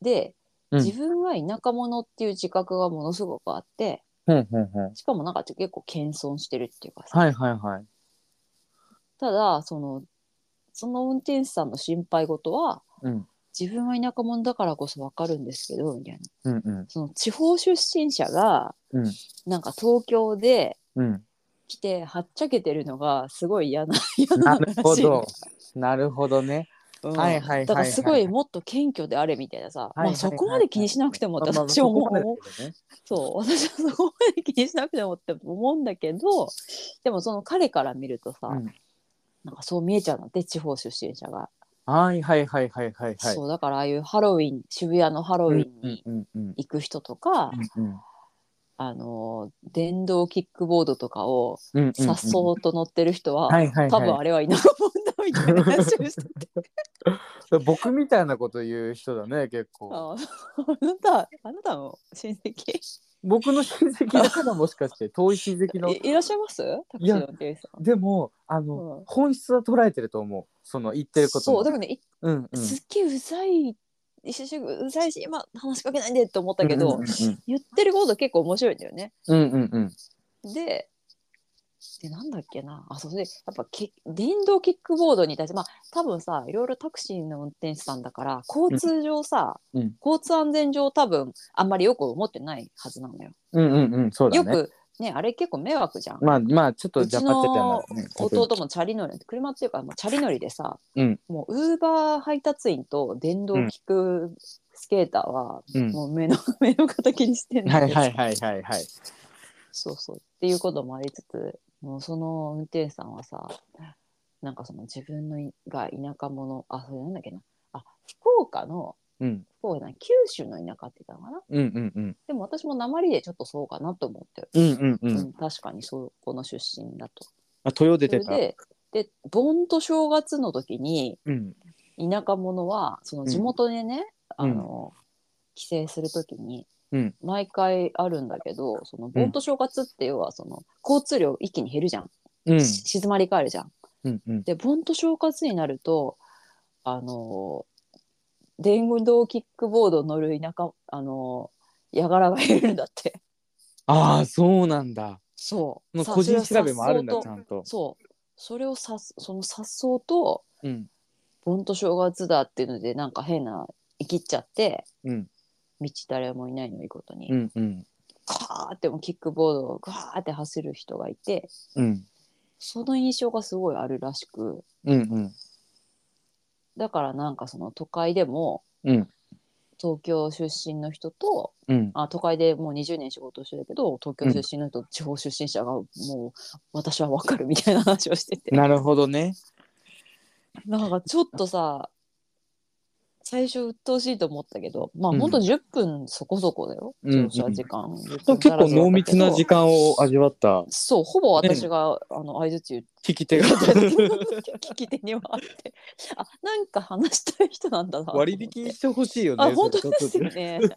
Speaker 2: で
Speaker 1: うん
Speaker 2: 自分は田舎者っていう自覚がものすごくあって
Speaker 1: うんうんうん
Speaker 2: しかもなんか結構謙遜してるっていうかさ、
Speaker 1: はいはいはい
Speaker 2: ただそのその運転手さんの心配事は
Speaker 1: うん
Speaker 2: 自分は田舎者だからこそ分かるんですけどみたいな
Speaker 1: うんうん
Speaker 2: その地方出身者が
Speaker 1: うん
Speaker 2: なんか東京で
Speaker 1: うん
Speaker 2: 来てはっちゃけてるのがすごい嫌な嫌な
Speaker 1: な
Speaker 2: のらしい
Speaker 1: るほどなるほどね
Speaker 2: うん
Speaker 1: はいはいはいはい
Speaker 2: だからすごいもっと謙虚であれみたいなさ、
Speaker 1: はいはいはい
Speaker 2: まあ、そこまで気にしなくてもって私は思う,、
Speaker 1: まあまあそこまでだけどね
Speaker 2: そう 私はそこまで気にしなくてもって思うんだけどでもその彼から見るとさ、
Speaker 1: うん
Speaker 2: なんかそう見えちゃうのって地方出身者が、
Speaker 1: はいはいはいはいはいはい
Speaker 2: そうだからああいうハロウィン渋谷のハロウィンに
Speaker 1: うんうんうん
Speaker 2: 行く人とか、
Speaker 1: うん
Speaker 2: あの電動キックボードとかを
Speaker 1: うんうん
Speaker 2: さっそうと乗ってる人は、
Speaker 1: はいはい
Speaker 2: 多分
Speaker 1: は
Speaker 2: あれは田舎者だみたいな話を してて
Speaker 1: い僕みたいなこと言う人だね結構
Speaker 2: ああなたあなたの親戚
Speaker 1: 僕の親戚だからもしかして遠い親戚 の
Speaker 2: いいらっしゃいますタクシーの運転手さん。
Speaker 1: でもあの、
Speaker 2: うん
Speaker 1: 本質は捉えてると思うその言ってること
Speaker 2: そう
Speaker 1: も
Speaker 2: だからね、い
Speaker 1: うんうん
Speaker 2: すっげえうざい一瞬うざいし今話しかけないでって思ったけど、
Speaker 1: うんうん
Speaker 2: 言ってること結構面白いんだよね。
Speaker 1: うんうんうん
Speaker 2: ででなんだっけなあそうでやっぱき電動キックボードに対してまあ多分さいろいろタクシーの運転手さんだから交通上さ、
Speaker 1: うんうん
Speaker 2: 交通安全上多分あんまりよく思ってないはずなのよ。
Speaker 1: うんうんうんそうだ
Speaker 2: よ
Speaker 1: ね
Speaker 2: くねあれ結構迷惑じゃん。
Speaker 1: まあまあちょっとジャパってたな
Speaker 2: 弟もチャリ乗り車っていうかもうチャリ乗りでさ、
Speaker 1: うん
Speaker 2: もうウーバー配達員と電動キックスケーターは
Speaker 1: うん
Speaker 2: もう目の,、 目の敵にしてんだ
Speaker 1: は
Speaker 2: け
Speaker 1: い
Speaker 2: ど
Speaker 1: はいはいはいはい
Speaker 2: そうそうっていうこともありつつもうその運転手さんはさなんかその自分のいが田舎者あそれなんだっけなあ福岡の
Speaker 1: うん
Speaker 2: 福岡じゃない九州の田舎って言ったのかな
Speaker 1: うんうんうん
Speaker 2: でも私も鉛でちょっとそうかなと思って、
Speaker 1: うんうんう、
Speaker 2: うんん、確かにそこの出身だと。
Speaker 1: あ豊出
Speaker 2: それ
Speaker 1: てた
Speaker 2: でで盆と正月の時に
Speaker 1: うん
Speaker 2: 田舎者はその地元でね、
Speaker 1: うん
Speaker 2: あの帰省するときに
Speaker 1: うん
Speaker 2: 毎回あるんだけど、その盆と正月って要はその交通量一気に減るじゃん、
Speaker 1: うん
Speaker 2: し静まり返るじゃん。
Speaker 1: うんうん
Speaker 2: で盆と正月になるとあの電動キックボード乗る田舎あのやがらが減るんだって。
Speaker 1: ああそうなんだ
Speaker 2: そう。
Speaker 1: もう
Speaker 2: さ
Speaker 1: 個人調べもあるんだ
Speaker 2: そ
Speaker 1: ち
Speaker 2: れ
Speaker 1: ゃ
Speaker 2: を
Speaker 1: んと
Speaker 2: 颯爽とそう。それをさっそのさっそうと
Speaker 1: うん
Speaker 2: 盆と正月だっていうのでなんか変な生きっちゃって
Speaker 1: うん
Speaker 2: 道誰もいないのいいことに、
Speaker 1: うんうん
Speaker 2: ガーってもうキックボードをガーって走る人がいて
Speaker 1: うん
Speaker 2: その印象がすごいあるらしく
Speaker 1: うんうん
Speaker 2: だからなんかその都会でも
Speaker 1: うん
Speaker 2: 東京出身の人と
Speaker 1: うん
Speaker 2: あ都会でもう20年仕事してるけど東京出身の人と地方出身者がもう私はわかるみたいな話をしてて、
Speaker 1: なるほどね
Speaker 2: なんかちょっとさ最初鬱陶しいと思ったけどまあ
Speaker 1: うん
Speaker 2: ほんと10分そこそこだよ、
Speaker 1: うん
Speaker 2: 乗車時間、結
Speaker 1: 結構濃密な時間を味わった
Speaker 2: そうほぼ私が、あの相づち
Speaker 1: 聞き手
Speaker 2: 言
Speaker 1: が
Speaker 2: って聞き手にはあってあなんか話したい人なんだな
Speaker 1: 割引してほしいよね
Speaker 2: あ本
Speaker 1: そ
Speaker 2: 当
Speaker 1: れ
Speaker 2: で
Speaker 1: ちょっと
Speaker 2: す
Speaker 1: ね
Speaker 2: よね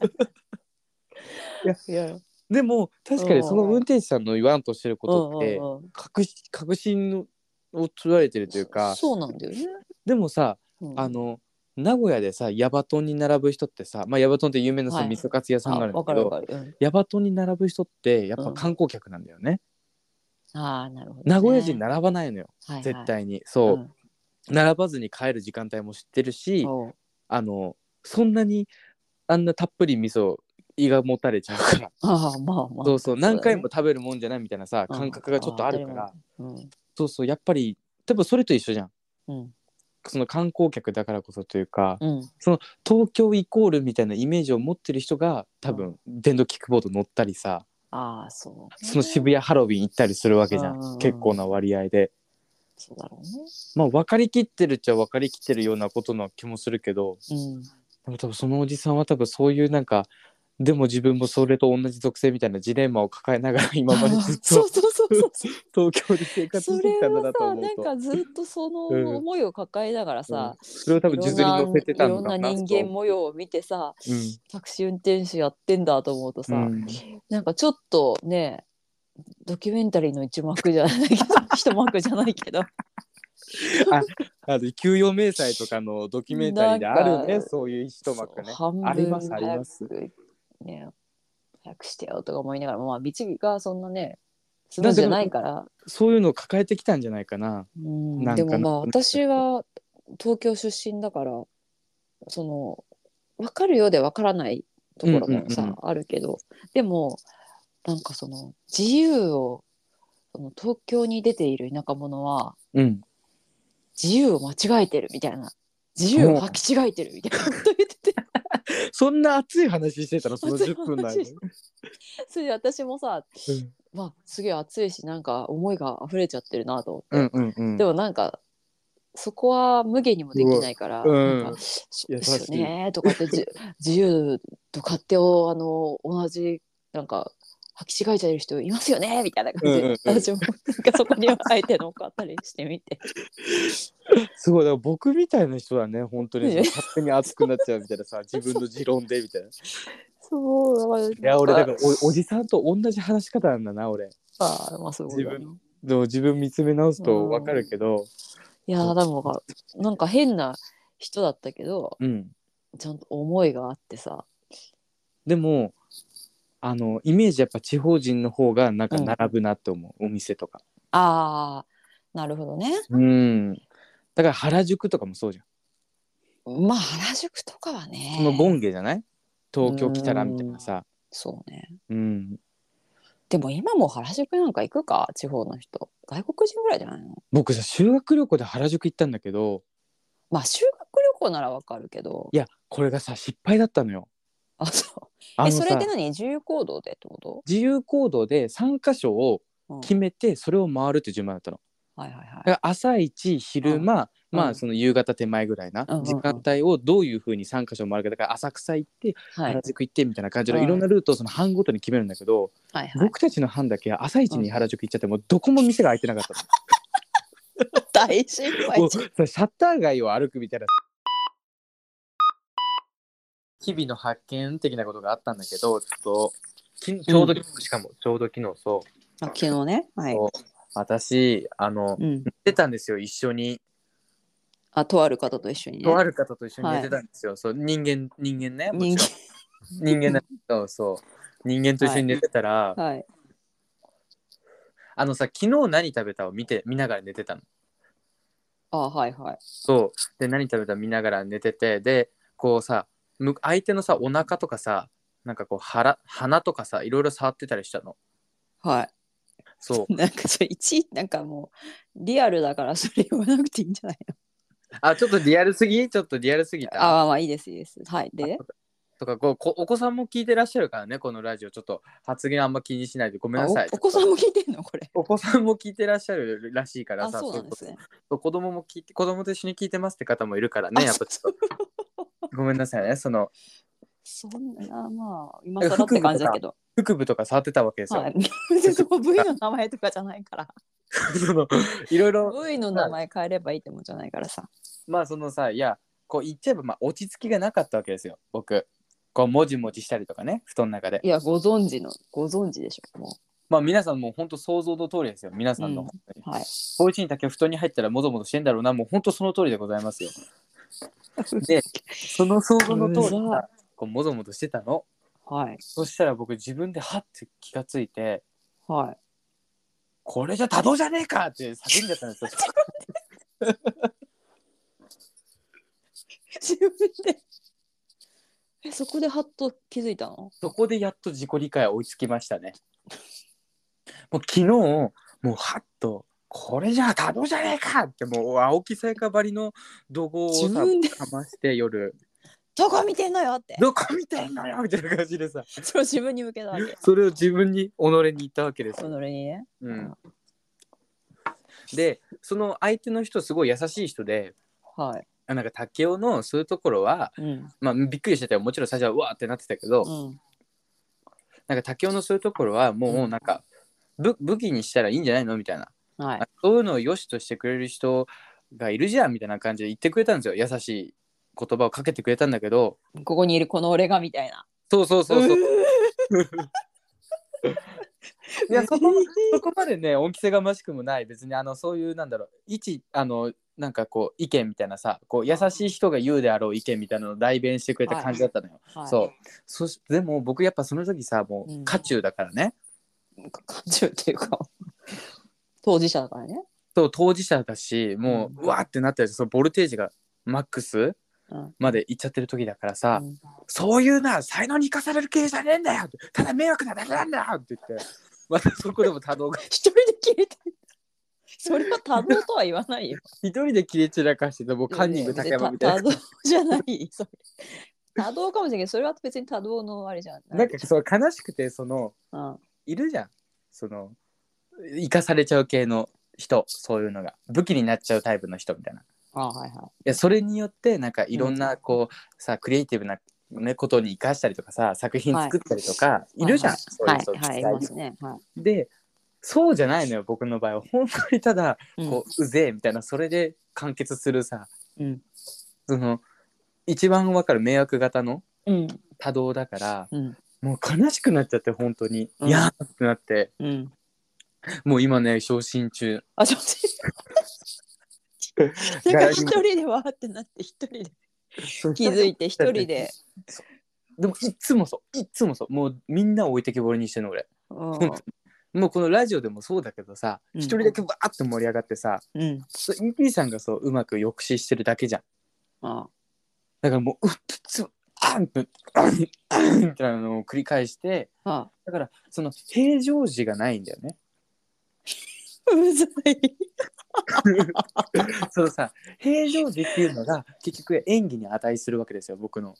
Speaker 1: いや
Speaker 2: いや
Speaker 1: でも確かにその運転手さんの言わんとしてることって
Speaker 2: うんうんうん
Speaker 1: 確し確信を取られてるというか
Speaker 2: そうなんだよね、
Speaker 1: でもさ
Speaker 2: うん
Speaker 1: あの名古屋でさヤバトンに並ぶ人ってさまあヤバトンって有名なその
Speaker 2: はい
Speaker 1: 味噌カツ屋さんがあるんだ
Speaker 2: わ
Speaker 1: け
Speaker 2: か
Speaker 1: ど、
Speaker 2: るわかる、うん
Speaker 1: ヤバトンに並ぶ人ってやっぱ
Speaker 2: うん
Speaker 1: 観光客なんだよね、
Speaker 2: ああなるほど、
Speaker 1: 名古屋人並ばないのよ、
Speaker 2: はいはい
Speaker 1: 絶対に、そう、並ばずに帰る時間帯も知ってる
Speaker 2: うん
Speaker 1: し
Speaker 2: そう
Speaker 1: あのそんなにあんなたっぷり味噌胃がもたれちゃうから
Speaker 2: ああ まあまあ
Speaker 1: そうそう
Speaker 2: だね
Speaker 1: 何回も食べるもんじゃないみたいなさ感覚がちょっとあるから、
Speaker 2: うん
Speaker 1: そうそうやっぱり多分それと一緒じゃん
Speaker 2: うん
Speaker 1: その観光客だからこそというか
Speaker 2: うん
Speaker 1: 東京イコールみたいなイメージを持ってる人が多分電動キックボード乗ったりさ
Speaker 2: ああそう
Speaker 1: その渋谷ハロウィン行ったりするわけじゃ
Speaker 2: うんうんうんん
Speaker 1: 結構な割合で
Speaker 2: そうだろうね
Speaker 1: まあ分かりきってるっちゃ分かりきってるようなことな気もするけど
Speaker 2: うん
Speaker 1: でも多分そのおじさんは多分そういうなんかでも自分もそれと同じ属性みたいなジレンマを抱えなが ら今までずっ
Speaker 2: そう
Speaker 1: と
Speaker 2: そうそうそうそう
Speaker 1: 東京で生活
Speaker 2: そ
Speaker 1: して
Speaker 2: れ
Speaker 1: きたんだ
Speaker 2: は
Speaker 1: なと
Speaker 2: さ
Speaker 1: 思う
Speaker 2: なん
Speaker 1: と。
Speaker 2: かずっとその
Speaker 1: うん
Speaker 2: 思いを抱えながらさ、
Speaker 1: それを多分
Speaker 2: いろん
Speaker 1: 数珠に乗せてたの
Speaker 2: いろ
Speaker 1: か
Speaker 2: ん
Speaker 1: な
Speaker 2: な
Speaker 1: と
Speaker 2: 人間模様を見てさ
Speaker 1: うん
Speaker 2: タクシー運転手やってんだと思うとさ、
Speaker 1: うん
Speaker 2: なんかちょっとねドキュメンタリーの一幕じゃないけど一幕じゃないけど
Speaker 1: あの給与明細とかのドキュメンタリーである
Speaker 2: な
Speaker 1: ね
Speaker 2: んか
Speaker 1: そういう一幕ね
Speaker 2: そう半分
Speaker 1: ありますあります
Speaker 2: 早くね早くしてよとか思いながらまあ道がそんなねす
Speaker 1: なん
Speaker 2: る
Speaker 1: か
Speaker 2: んじ
Speaker 1: で
Speaker 2: ゃ
Speaker 1: も
Speaker 2: ないから
Speaker 1: そういうのを抱えてきたんじゃないかな
Speaker 2: うん
Speaker 1: なん
Speaker 2: で
Speaker 1: か
Speaker 2: もまあ
Speaker 1: なんか
Speaker 2: 私は東京出身だからその分かるようで分からないところもさ、
Speaker 1: うんうんう
Speaker 2: あるけどでもなんかその自由をその東京に出ている田舎者は
Speaker 1: うん
Speaker 2: 自由を間違えてるみたいな自由を履き違えてるみたいなこと言ってて
Speaker 1: そんな熱い話してたのその
Speaker 2: 熱い
Speaker 1: 10分の間に
Speaker 2: 話 それで私もさまあすげえ暑いしなんか思いが溢れちゃってるなと思って、
Speaker 1: うんうんうん
Speaker 2: でもなんかそこは無限にもできないから、
Speaker 1: うん
Speaker 2: なんかそう
Speaker 1: 優
Speaker 2: で
Speaker 1: しい
Speaker 2: すよねとかってじ 自由と勝手をあの同じなんか履き違えちゃう人いますよねみたいな感じで、
Speaker 1: うんうんうん
Speaker 2: 私もなんかそこにはあえて乗っかったりしてみて
Speaker 1: すごいだから僕みたいな人はね本当にその
Speaker 2: ね
Speaker 1: 勝手に熱くなっちゃうみたいなさ自分の持論でみたいな。い
Speaker 2: そうい
Speaker 1: や俺だからおおじさんと同じ話し方なんだな俺。
Speaker 2: あーまあすごいよな
Speaker 1: 自でも自分見つめ直すと分かるけど。
Speaker 2: いやーでもわなんか変な人だったけど
Speaker 1: うん。
Speaker 2: ちゃんと思いがあってさ
Speaker 1: でもあのイメージやっぱ地方人の方がなんか
Speaker 2: うん
Speaker 1: 並ぶなって思う、お店とか。
Speaker 2: あーなるほどね
Speaker 1: うん。だから原宿とかもそうじゃん。
Speaker 2: まあ原宿とかはね
Speaker 1: そのボンゲじゃない東京来たらみたいなさ。
Speaker 2: そうね
Speaker 1: うん。
Speaker 2: でも今も原宿なんか行くか地方の人外国人ぐらいじゃないの
Speaker 1: 僕さ修学旅行で原宿行ったんだけど
Speaker 2: まあ修学旅行ならわかるけど
Speaker 1: いやこれがさ失敗だったのよ。
Speaker 2: あそう
Speaker 1: あ
Speaker 2: え
Speaker 1: のさ
Speaker 2: それって何自由行動でってこと、
Speaker 1: 自由行動で3箇所を
Speaker 2: うん
Speaker 1: 決めてそれを回るって順番だったの。
Speaker 2: はいはい
Speaker 1: だか
Speaker 2: はい
Speaker 1: ら朝一昼間、
Speaker 2: うん
Speaker 1: ま
Speaker 2: う
Speaker 1: あ
Speaker 2: ん
Speaker 1: その夕方手前ぐらいな
Speaker 2: うんうんうん
Speaker 1: 時間帯をどういうふうに3箇所回るかだから浅草行って
Speaker 2: はい
Speaker 1: 原宿行ってみたいな感じの
Speaker 2: うん
Speaker 1: いろんなルートをその班ごとに決めるんだけど、
Speaker 2: はいはい
Speaker 1: 僕たちの班だけ朝一に原宿行っちゃってもうどこも店が開いてなかった
Speaker 2: 大失
Speaker 1: の。も
Speaker 2: 敗
Speaker 1: う
Speaker 2: じゃん
Speaker 1: そのシャッター街を歩くみたいな。日々の発見的なことがあったんだけどちょっときちょうど、しかもちょうど昨日そう
Speaker 2: あ昨日ねはい
Speaker 1: そう私あの
Speaker 2: うん
Speaker 1: 寝てたんですよ一緒に、
Speaker 2: あとある方と一緒にね
Speaker 1: とある方と一緒に寝てたんですよ、そう人間人間ねもちろん人間なんだけどそう人間と一緒に寝てたら、
Speaker 2: 間はい
Speaker 1: あのさ昨日何食べたを見て見ながら寝てたの
Speaker 2: あはいはい
Speaker 1: そうで何食べた見ながら寝ててでこうさむ相手のさお腹とかさなんかこう腹鼻とかさいろいろ触ってたりしたの
Speaker 2: はい
Speaker 1: そう
Speaker 2: なんかそれ一位なんかもうリアルだからそれ言わなくていいんじゃないの
Speaker 1: あちょっとリアルすぎちょっとリアルすぎた
Speaker 2: あまあいいですいいですはいで
Speaker 1: とかこうこお子さんも聞いてらっしゃるからねこのラジオちょっと発言あんま気にしないでごめん
Speaker 2: あ
Speaker 1: な
Speaker 2: お
Speaker 1: さい
Speaker 2: お子さんも聞いてんのこれ
Speaker 1: お子さんも聞いてらっしゃるらしいから
Speaker 2: あ
Speaker 1: さ
Speaker 2: そうなんですね
Speaker 1: そう子供も聞いて子供と一緒に聞いてますって方もいるからね
Speaker 2: あ
Speaker 1: やっぱちょっとごめんなさいねその
Speaker 2: そんな、まあ、今更って感じだけど。
Speaker 1: 腹部とか触ってたわけですよ、
Speaker 2: はい。 別にそこ V の名前とかじゃないから。
Speaker 1: そのいろいろ
Speaker 2: V の名前変えればいいってもんじゃないからさ。
Speaker 1: まあそのさいやこう言っちゃえばまあ落ち着きがなかったわけですよ僕こうもじもじしたりとかね布団の中で
Speaker 2: いや、ご存知の、ご存知でしょ。も
Speaker 1: まあ皆さんもうほんと想像の通りですよ皆さんの、
Speaker 2: うん
Speaker 1: 本当に
Speaker 2: う。はい。
Speaker 1: お家にだけ布団に入ったらもぞもぞしてんだろうなもうほんとその通りでございますよ でその想像の通り
Speaker 2: うざ
Speaker 1: さこうもぞもぞしてたの
Speaker 2: はい。
Speaker 1: そしたら僕自分でハッて気がついて
Speaker 2: はい。
Speaker 1: これじゃ多動じゃねえかって叫んじゃったんですよ。
Speaker 2: 自分で。え、そこでハッと気づいたの
Speaker 1: そこでやっと自己理解追いつきましたね。もう昨日もうはっとこれじゃ多動じゃねえかってもう青木さやかばりの怒号を
Speaker 2: 自
Speaker 1: さ
Speaker 2: 分で
Speaker 1: かまして 夜
Speaker 2: どこ見てんのよって。
Speaker 1: どこ見てんのよみたいな感じでさ
Speaker 2: それを自分に向けたわけ。
Speaker 1: それを自分に己に言ったわけです
Speaker 2: そ
Speaker 1: よ。
Speaker 2: れにね。
Speaker 1: うん、でその相手の人すごい優しい人で
Speaker 2: はい。
Speaker 1: あなんか竹雄のそういうところは、
Speaker 2: うん。
Speaker 1: まあ、びっくりしてたよもちろん最初はうわーってなってたけど、
Speaker 2: うん。
Speaker 1: なんか竹雄のそういうところはもうなんか、ぶ武器にしたらいいんじゃないのみたいな、
Speaker 2: はい。
Speaker 1: そういうのを良しとしてくれる人がいるじゃんみたいな感じで言ってくれたんですよ優しい言葉をかけてくれたんだけど
Speaker 2: ここにいるこの俺がみたいな。
Speaker 1: そうそうそうそう
Speaker 2: う
Speaker 1: いやそこそこまでね恩着せがましくもない別にあのそういうなんだろう一あのなんかこう意見みたいなさこう優しい人が言うであろう意見みたいなのを代弁してくれた感じだったのよ、
Speaker 2: はい
Speaker 1: そうそしでも僕やっぱその時さも
Speaker 2: うん
Speaker 1: う渦中だからね、
Speaker 2: 感情っていうか当事者だからね、
Speaker 1: そう当事者だしもう、
Speaker 2: うん
Speaker 1: うわーってなったりそのボルテージがマックス
Speaker 2: うん
Speaker 1: までいっちゃってる時だからさ、
Speaker 2: うん
Speaker 1: そういうな才能に生かされる系じゃねえんだよただ迷惑なだけなんだよって言ってまたそこでも多動が
Speaker 2: 一人で切れたそれは多動とは言わないよ
Speaker 1: 一人で切れ散らかしててもう カンニング竹山みたいな
Speaker 2: 多動 じゃないそれ多動かもしれないけどそれは別に多動のあれじゃない
Speaker 1: なんかそう悲しくてその
Speaker 2: うん
Speaker 1: いるじゃんその生かされちゃう系の人そういうのが武器になっちゃうタイプの人みたいない
Speaker 2: あはいはい
Speaker 1: やそれによってなんかいろん
Speaker 2: う
Speaker 1: なんこう、さクリエイティブな、ね、ことに生かしたりとかさ作品作ったりとか、い、るじゃん、そう
Speaker 2: はいいう
Speaker 1: 人
Speaker 2: はい、はい、い
Speaker 1: 実
Speaker 2: ます
Speaker 1: 際
Speaker 2: ねはい
Speaker 1: にでそうじゃないのよ僕の場合は本当にただこう,、うぜえみたいなそれで完結するさ
Speaker 2: うん
Speaker 1: その一番わかる迷惑型の
Speaker 2: うん
Speaker 1: 多動だから
Speaker 2: うん
Speaker 1: もう悲しくなっちゃって本当に、
Speaker 2: うん
Speaker 1: いやーってなって。
Speaker 2: うん
Speaker 1: もう今ね昇進中
Speaker 2: あ、ちょっ と。なんか一人でわーってなって一人で気づいて一人で、
Speaker 1: でもいつもそういつもそうもうみんなを置いてけぼりにしてんの俺
Speaker 2: うん
Speaker 1: 本もうこのラジオでもそうだけどさ
Speaker 2: うん
Speaker 1: 一、人だけバーッと盛り上がってさ
Speaker 2: うん、
Speaker 1: そう EP さんがそううまく抑止してるだけじゃん
Speaker 2: あ
Speaker 1: だからもううっつあんぶあんあんみたいなのを繰り返して
Speaker 2: あ
Speaker 1: だからその平常時がないんだよね
Speaker 2: うざい
Speaker 1: そのさ平常時っていうのが結局演技に値するわけですよ僕の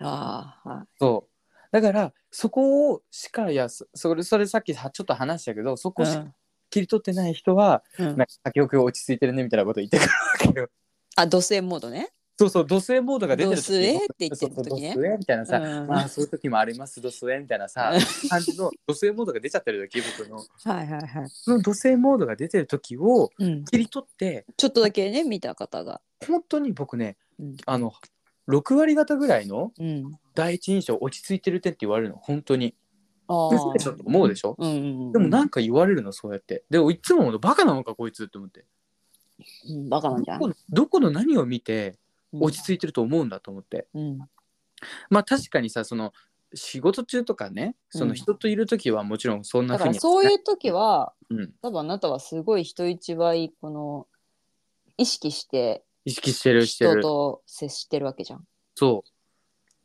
Speaker 2: ああは
Speaker 1: そうだからそこをしかやすそれそれさっきはちょっと話したけどそこしか切り取ってない人は、
Speaker 2: い、うん
Speaker 1: なんか先送り落ち着いてるねみたいなこと言ってくるわけよ。
Speaker 2: あ土星モードね
Speaker 1: そうそう土星モードが出てる時
Speaker 2: ドスエって言ってる
Speaker 1: そ
Speaker 2: 時ね
Speaker 1: うそうドスエみたいなさ、
Speaker 2: うん
Speaker 1: まあそういう時もありますドスエみたいなさ感じの土星モードが出ちゃってる時僕の
Speaker 2: はいはいはい、
Speaker 1: その土星モードが出てる時を
Speaker 2: うん、
Speaker 1: 切り取って
Speaker 2: ちょっとだけね見た方が、
Speaker 1: 本当に僕ね
Speaker 2: うん
Speaker 1: あの6割方ぐらいの
Speaker 2: うん、
Speaker 1: 第一印象落ち着いてる点って言われるの本当に
Speaker 2: あ
Speaker 1: 嘘でしょと思うでしょ、
Speaker 2: うんうんうん、
Speaker 1: でもなんか言われるのそうやってでもいつも思うバカなのかこいつって思って
Speaker 2: うん、バカなんじゃ
Speaker 1: ど
Speaker 2: ん
Speaker 1: このどこの何を見て落ち着いてると思うんだと思って、
Speaker 2: うん
Speaker 1: まあ確かにさその仕事中とかねその人といる時はもちろんそんな
Speaker 2: だ
Speaker 1: ふ
Speaker 2: か
Speaker 1: う
Speaker 2: ら
Speaker 1: に、
Speaker 2: そういう時は
Speaker 1: うん、
Speaker 2: 多分あなたはすごい人一倍この意識して
Speaker 1: 意識してるして
Speaker 2: 人
Speaker 1: る
Speaker 2: と接してるわけじゃん。
Speaker 1: そ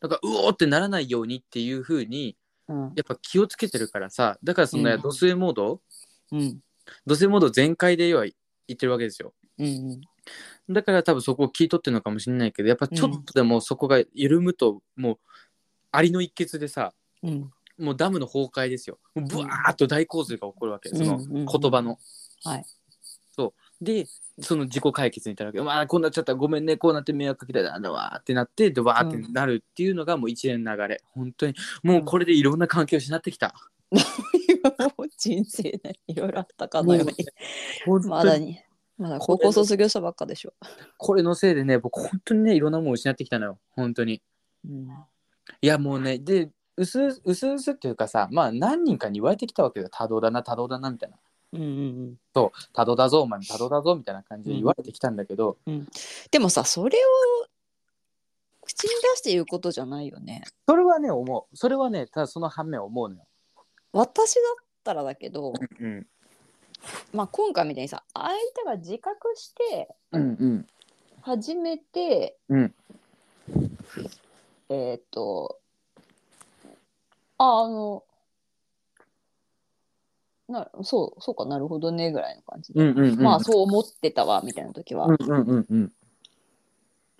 Speaker 1: うだからうおーってならないようにっていうふうに
Speaker 2: うん
Speaker 1: やっぱ気をつけてるからさだからその、
Speaker 2: うん
Speaker 1: 土星モード
Speaker 2: うん
Speaker 1: 土星モード全開で要は言ってるわけですよ
Speaker 2: うん
Speaker 1: だから多分そこを聞い取ってるのかもしれないけどやっぱちょっとでもそこが緩むともうありの一決でさ、
Speaker 2: うん
Speaker 1: もうダムの崩壊ですよ。もうブワーッと大洪水が起こるわけ、
Speaker 2: うん
Speaker 1: その
Speaker 2: うん
Speaker 1: 言葉の。
Speaker 2: はい
Speaker 1: そうでその自己解決に至るわけまあこうなっちゃったごめんねこうなって迷惑かけたなんだわーってなってでわーってなるっていうのがもう一連の流れ本当にもうこれでいろんな関係を失ってきた、
Speaker 2: 今もう人生でいろいろあったかのように
Speaker 1: 本
Speaker 2: ま
Speaker 1: 当
Speaker 2: だ
Speaker 1: に
Speaker 2: にまだ高校卒業したばっかでしょ。
Speaker 1: これのせいでね僕本当にねいろんなものを失ってきたのよ本当に
Speaker 2: うん
Speaker 1: いやもうねでうすうすうすうすっていうかさまあ何人かに言われてきたわけよ多動だな多動だなみたいな
Speaker 2: うんうん
Speaker 1: 多動だぞお前多動だぞみたいな感じで言われてきたんだけど、
Speaker 2: でもさそれを口に出して言うことじゃないよね。
Speaker 1: それはね思うそれはねただその反面思うのよ、
Speaker 2: 私だったらだけど、
Speaker 1: うん、
Speaker 2: まあ、今回みたいにさ相手が自覚して
Speaker 1: うんうん
Speaker 2: 初めて、
Speaker 1: うん
Speaker 2: えーっ、とああのなそうそうかなるほどねぐらいの感じで、
Speaker 1: うんうん
Speaker 2: まあそう思ってたわみたいな時は、
Speaker 1: うんうんうんうん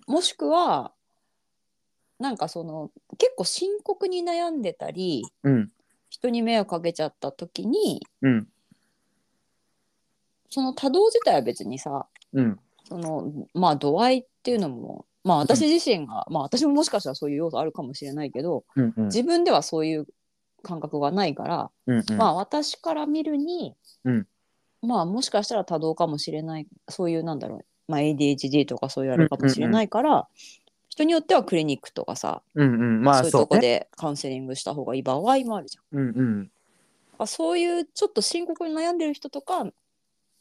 Speaker 2: もしくはなんかその結構深刻に悩んでたり
Speaker 1: うん
Speaker 2: 人に迷惑かけちゃった時に
Speaker 1: うん
Speaker 2: その多動自体は別にさ
Speaker 1: うん
Speaker 2: そのまあ度合いっていうのもまあ私自身が、まあ私ももしかしたらそういう要素あるかもしれないけど
Speaker 1: うんうん
Speaker 2: 自分ではそういう感覚がないから、
Speaker 1: うん
Speaker 2: まあ私から見るに、
Speaker 1: うん
Speaker 2: まあもしかしたら多動かもしれないそういうなんだろう、まあ、ADHD とかそういうあれかもしれないから、人によってはクリニックとかさ、
Speaker 1: うんうんまあ
Speaker 2: そういう
Speaker 1: そ
Speaker 2: と
Speaker 1: う
Speaker 2: こ
Speaker 1: ね
Speaker 2: でカウンセリングした方がいい場合もあるじゃん。
Speaker 1: うんうん
Speaker 2: ぱそういうちょっと深刻に悩んでる人とか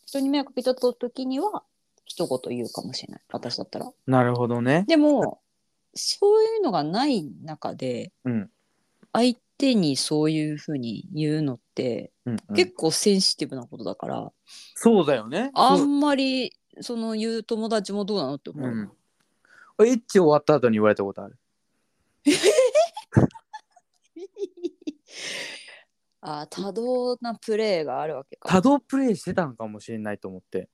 Speaker 2: 人に迷惑かけちゃった時には一言言うかもしれない私だったら。
Speaker 1: なるほどね。
Speaker 2: でもそういうのがない中で
Speaker 1: うん。
Speaker 2: 相手にそういうふうに言うのって
Speaker 1: うんうん
Speaker 2: 結構センシティブなことだから、
Speaker 1: そうだよね。
Speaker 2: あ
Speaker 1: そうん
Speaker 2: まりその言う友達もどうなのって思う。
Speaker 1: うん。エッチ終わった後に言われたことある。
Speaker 2: あー多動なプレーがあるわけか
Speaker 1: 多。動プレイしてたのかもしれないと思って。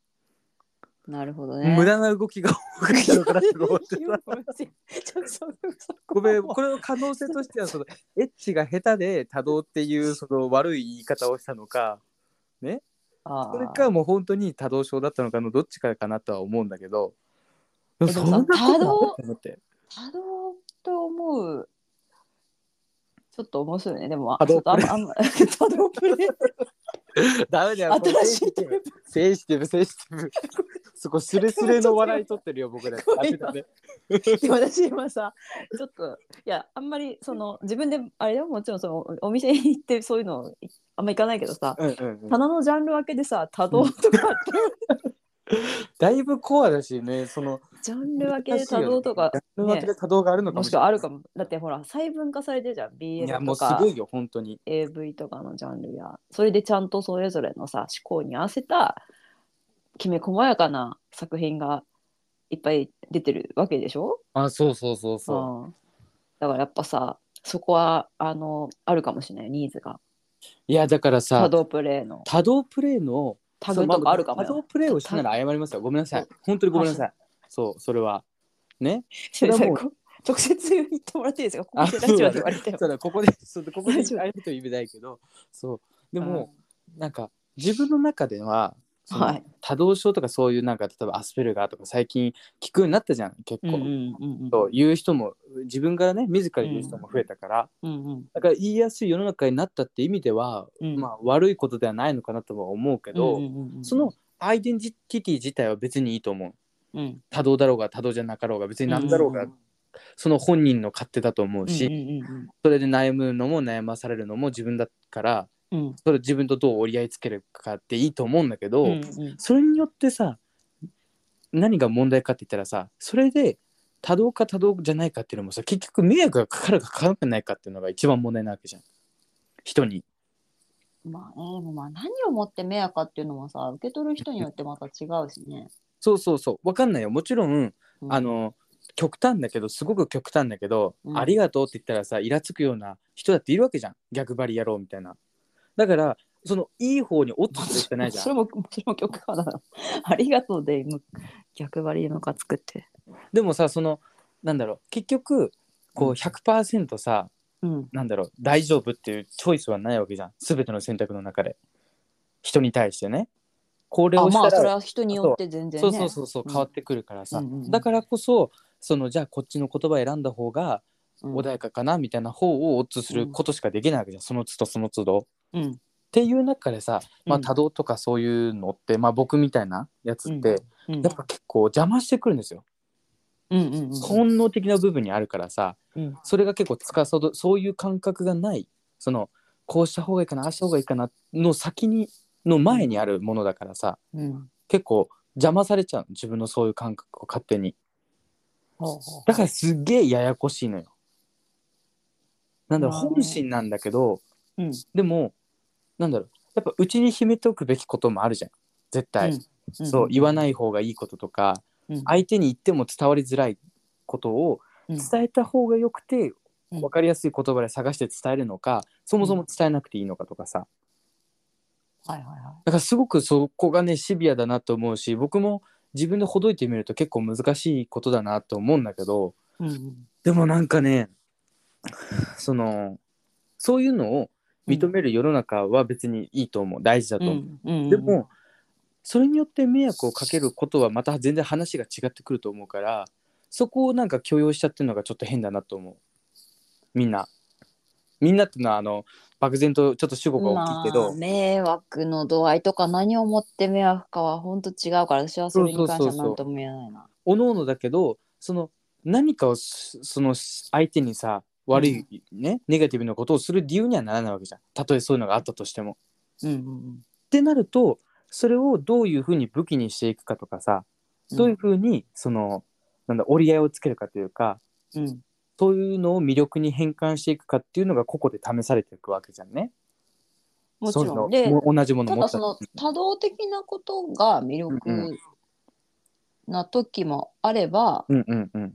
Speaker 2: なるほどね。
Speaker 1: 無 駄な動きが多かったのかなと思って
Speaker 2: いや
Speaker 1: た。
Speaker 2: ごめんなさいちょっとそそこ
Speaker 1: ご
Speaker 2: は
Speaker 1: めん、これの可能性としてはそのエッチが下手で多動っていうその悪い言い方をしたのか、
Speaker 2: あー
Speaker 1: それかもう本当に多動症だったのかのどっちかかなとは思うんだけど、
Speaker 2: もさ
Speaker 1: そんなことある
Speaker 2: 多動
Speaker 1: と思って。
Speaker 2: 多動と思う。ちょっと面白いね。でも、
Speaker 1: 多動
Speaker 2: ちょっとあんまあんま 多動プレイ。
Speaker 1: ダメだよ、これ
Speaker 2: 新しいテーマ
Speaker 1: センシティブ、センシティブ。そこスレスレの笑い取ってるよ、僕ら。
Speaker 2: ごめん
Speaker 1: ダメだね
Speaker 2: で私今さちょっといやあんまりその自分であれよもちろんそのおお 店に行ってそういうのあんま行かないけどさ
Speaker 1: うんうんうん
Speaker 2: 棚のジャンル分けでさ多動とかって、
Speaker 1: だいぶコアだしね、その。
Speaker 2: ジャンル分けで多動とか、
Speaker 1: ジャンル分けで多動があるのか
Speaker 2: も
Speaker 1: も
Speaker 2: し
Speaker 1: し
Speaker 2: く
Speaker 1: れ
Speaker 2: は
Speaker 1: ない。
Speaker 2: あるかもだってほら細分化されてるじゃん
Speaker 1: いや、
Speaker 2: BL
Speaker 1: も
Speaker 2: と
Speaker 1: うす
Speaker 2: か
Speaker 1: ごいよ、本当に。
Speaker 2: AV とかのジャンルやそれでちゃんとそれぞれのさ思考に合わせたきめ細やかな作品がいっぱい出てるわけでしょ
Speaker 1: あ、そうそうそうそう。
Speaker 2: うん、だからやっぱさそこはあのあるかもしれないニーズが
Speaker 1: いや、だからさ
Speaker 2: 多、動プレイの
Speaker 1: 多動プレイの
Speaker 2: タグとかあるかも
Speaker 1: 多動
Speaker 2: よ。
Speaker 1: プレイをしながら謝りますよ。ごめんなさい。本当にごめんなさい。そう、それは。ね。
Speaker 2: 先
Speaker 1: それ
Speaker 2: 生
Speaker 1: はもう
Speaker 2: こ直接言ってもらっていいですかこ
Speaker 1: あ
Speaker 2: こでラジオで言われても
Speaker 1: そうだ、ここで、 そうここで
Speaker 2: 大丈夫
Speaker 1: 謝るという意味ないけど、そう。でも、なんか、自分の中では、
Speaker 2: う
Speaker 1: そ
Speaker 2: ん
Speaker 1: の
Speaker 2: はい。
Speaker 1: 多動症とかそういうなんか例えばアスペルガーとか最近聞くようになったじゃん結
Speaker 2: うん
Speaker 1: 構、
Speaker 2: うんうんうん
Speaker 1: そう言う人も自分からね自ら言う人も増えたから、
Speaker 2: うんうん
Speaker 1: だから言いやすい世の中になったって意味では、
Speaker 2: うん
Speaker 1: まあ悪いことではないのかなとは思うけど、
Speaker 2: うんうんうんうん
Speaker 1: そのアイデンティティ自体は別にいいと思う
Speaker 2: うん
Speaker 1: 多動だろうが多動じゃなかろうが別に何だろうが、
Speaker 2: うん
Speaker 1: その本人の勝手だと思うし、
Speaker 2: うんうん
Speaker 1: それで悩むのも悩まされるのも自分だから
Speaker 2: うんうん
Speaker 1: それ自分とどう折り合いつけるかっていいと思うんだけど、
Speaker 2: うんうん
Speaker 1: それによってさ何が問題かって言ったらさそれで多動か多動じゃないかっていうのもさ結局迷惑がかかるかかからないかっていうのが一番問題なわけじゃん人に。
Speaker 2: まあねでもまあ何をもって迷惑かっていうのもさ受け取る人によってまた違うしね。
Speaker 1: そうそうそうわかんないよもちろん、
Speaker 2: うん
Speaker 1: あの極端だけどすごく極端だけど、
Speaker 2: うん
Speaker 1: ありがとうって言ったらさイラつくような人だっているわけじゃん逆張りやろうみたいな。だからそのいい方に落ちてしかないじゃ
Speaker 2: それ
Speaker 1: ん。
Speaker 2: もそれも曲かな。 ありがとうでむ逆張りのか作って。
Speaker 1: でもさそのなんだろう結局こう100%さ、
Speaker 2: うん
Speaker 1: なんだろう大丈夫っていうチョイスはないわけじゃん全ての選択の中で人に対してねこれ
Speaker 2: あ
Speaker 1: をし
Speaker 2: ま
Speaker 1: た
Speaker 2: あそれ
Speaker 1: ら、
Speaker 2: は人によって全然
Speaker 1: そ
Speaker 2: ね。
Speaker 1: うそうそうそう
Speaker 2: うん
Speaker 1: 変わってくるからさ、
Speaker 2: うんうんうん
Speaker 1: だからこそそのじゃあこっちの言葉選んだ方が
Speaker 2: うん
Speaker 1: 穏やかかなみたいな方をオッズすることしかできないわけじゃん、その都度その都度。
Speaker 2: うん
Speaker 1: っていう中でさ、まあ、
Speaker 2: うん
Speaker 1: 多動とかそういうのって、まあ僕みたいなやつって、
Speaker 2: うん
Speaker 1: やっぱ結構邪魔してくるんですよ、
Speaker 2: うんうんうん
Speaker 1: 本能的な部分にあるからさ、
Speaker 2: うん
Speaker 1: それが結構つかさどそういう感覚がないそのこうした方がいいかなああした方がいいかなの先にの前にあるものだからさ
Speaker 2: うん
Speaker 1: 結構邪魔されちゃう自分のそういう感覚を勝手に
Speaker 2: ほうほう
Speaker 1: だからすっげえややこしいのよなんだろう
Speaker 2: なるほど
Speaker 1: 本心なんだけど
Speaker 2: うん
Speaker 1: でもなんだろうやっぱうちに秘めておくべきこともあるじゃん絶対、
Speaker 2: うん
Speaker 1: そう言わない方がいいこととか、
Speaker 2: うん
Speaker 1: 相手に言っても伝わりづらいことを
Speaker 2: うん
Speaker 1: 伝えた方がよくて、
Speaker 2: うん
Speaker 1: 分かりやすい言葉で探して伝えるのかそもそも伝えなくていいのかとかさ
Speaker 2: はいはいは
Speaker 1: だからすごくそこがねシビアだなと思うし僕も自分でほどいてみると結構難しいことだなと思うんだけど
Speaker 2: い。うんうん
Speaker 1: でもなんかねそのそういうのを認める世の中は別にいいと思う大事だと
Speaker 2: う
Speaker 1: 思う。
Speaker 2: んうんうん
Speaker 1: でもそれによって迷惑をかけることはまた全然話が違ってくると思うからそこをなんか許容しちゃってるのがちょっと変だなと思うみんなみんなっていうのはあの漠然とちょっと主語が大きいけ
Speaker 2: ま
Speaker 1: ど、
Speaker 2: あ、迷惑の度合いとか何をもって迷惑かは本当違うから私はそれに関しては何とも言えないな。
Speaker 1: おのおのだけどその何かをすその相手にさ悪い、ねネガティブなことをする理由にはならないわけじゃんたとえそういうのがあったとしても。っ
Speaker 2: うんうん
Speaker 1: てなるとそれをどういうふうに武器にしていくかとかさ
Speaker 2: うん。
Speaker 1: どういうふうにその、なんだ折り合いをつけるかというか
Speaker 2: うん。
Speaker 1: そういうのを魅力に変換していくかっていうのが個々で試されていくわけじゃんね。
Speaker 2: もちろん。
Speaker 1: そうい
Speaker 2: で
Speaker 1: う、のも同じもの
Speaker 2: た
Speaker 1: 持
Speaker 2: だ
Speaker 1: った
Speaker 2: その多動的なことが魅力な時もあれば、
Speaker 1: うんうんうん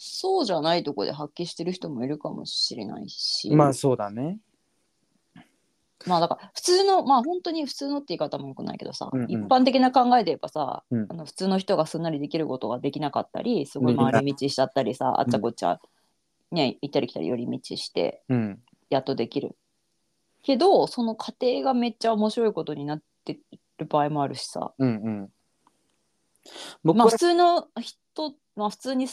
Speaker 2: そうじゃないとこで発揮してる人もいるかもしれないし、
Speaker 1: まあそうだね。
Speaker 2: まあだから普通のまあ本当に普通のって言い方もよくないけどさ、
Speaker 1: うんうん
Speaker 2: 一般的な考えで言えばさ、
Speaker 1: うん
Speaker 2: あの普通の人がすんなりできることができなかったりすごい
Speaker 1: うん
Speaker 2: 回り道しちゃったりさ、あっちゃこっちゃ、ね、行ったり来たり寄り道して
Speaker 1: うん
Speaker 2: やっとできるけどその過程がめっちゃ面白いことになってる場合もあるしさ
Speaker 1: うんうん。僕
Speaker 2: ま
Speaker 1: は、
Speaker 2: あ普通の人、まあ、普通に、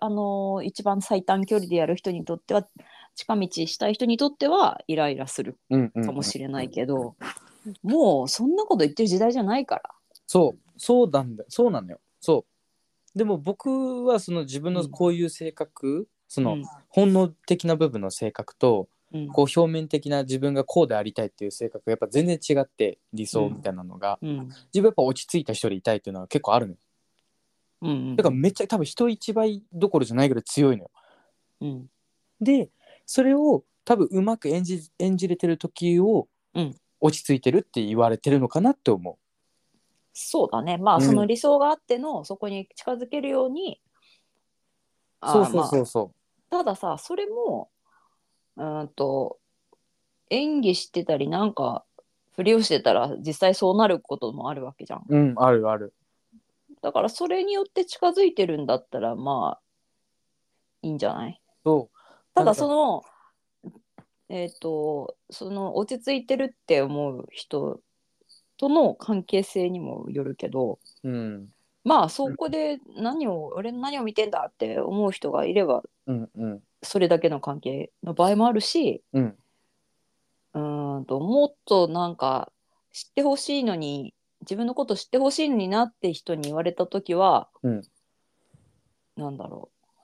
Speaker 2: あのー一番最短距離でやる人にとっては近道したい人にとってはイライラする
Speaker 1: うんうんうん
Speaker 2: かもしれないけど、もうそんなこと言ってる時代じゃないから。
Speaker 1: そうそうなんだそうなのよそうでも僕はその自分のこういう性格、その本能的な部分の性格と、
Speaker 2: うん
Speaker 1: こう表面的な自分がこうでありたいっていう性格がやっぱ全然違って理想みたいなのが、
Speaker 2: うんうん
Speaker 1: 自分やっぱ落ち着いた人でいたいっていうのは結構あるのよ
Speaker 2: うん
Speaker 1: だからめっちゃ多分人一倍どころじゃないぐらい強いのよ
Speaker 2: うん
Speaker 1: でそれを多分うまく演じ演じれてる時を、
Speaker 2: うん
Speaker 1: 落ち着いてるって言われてるのかなって思
Speaker 2: そうだねまあ、
Speaker 1: うん
Speaker 2: その理想があってのそこに近づけるように
Speaker 1: う
Speaker 2: あ
Speaker 1: そう
Speaker 2: ー
Speaker 1: そう
Speaker 2: ま
Speaker 1: そうそう
Speaker 2: あたださそれもうーんと演技してたりなんかふりをしてたら実際そうなることもあるわけじゃん
Speaker 1: うんあるある
Speaker 2: だからそれによって近づいてるんだったらまあいいんじゃない
Speaker 1: そうな
Speaker 2: た
Speaker 1: ん
Speaker 2: だ
Speaker 1: か
Speaker 2: そのえっ、とその落ち着いてるって思う人との関係性にもよるけど
Speaker 1: うん
Speaker 2: まあそこで何を、俺の何を見てんだって思う人がいれば
Speaker 1: うんうん
Speaker 2: それだけの関係の場合もあるし
Speaker 1: うん
Speaker 2: うーんともっとなんか知ってほしいのに自分のこと知ってほしいのになって人に言われた時は、
Speaker 1: うん
Speaker 2: なんだろう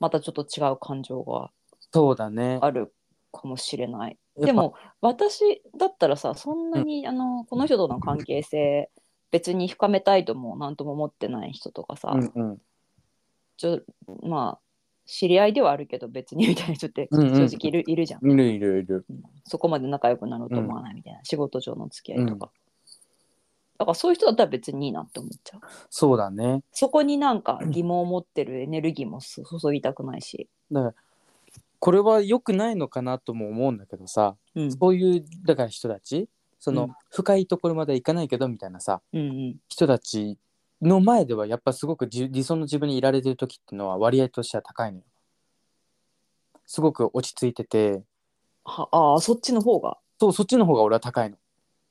Speaker 2: またちょっと違う感情が
Speaker 1: そうだね
Speaker 2: あるかもしれない。
Speaker 1: やっぱ
Speaker 2: でも私だったらさそんなに、あのこの人との関係性別に深めたいとも何とも思ってない人とかさ、
Speaker 1: うんうん
Speaker 2: ちょまあ知り合いではあるけど別にみたいな人って
Speaker 1: うんうん
Speaker 2: 正直いる,、いるじゃん
Speaker 1: いるいるいる。
Speaker 2: そこまで仲良くなろうと思わないみたいな、仕事上の付き合いとか、だからそういう人だったら別にいいなって思っちゃう
Speaker 1: そうだね。
Speaker 2: そこになんか疑問を持ってるエネルギーも注ぎたくないし、
Speaker 1: だからこれは良くないのかなとも思うんだけどさ、
Speaker 2: うん、
Speaker 1: そういうだから人たちその、
Speaker 2: うん
Speaker 1: 深いところまではいかないけどみたいなさ
Speaker 2: うんうん
Speaker 1: 人たちの前ではやっぱすごくじ理想の自分にいられてる時っていうのは割合としては高いのよ。すごく落ち着いてて
Speaker 2: はああそっちの方が
Speaker 1: そうそっちの方が俺は高いの。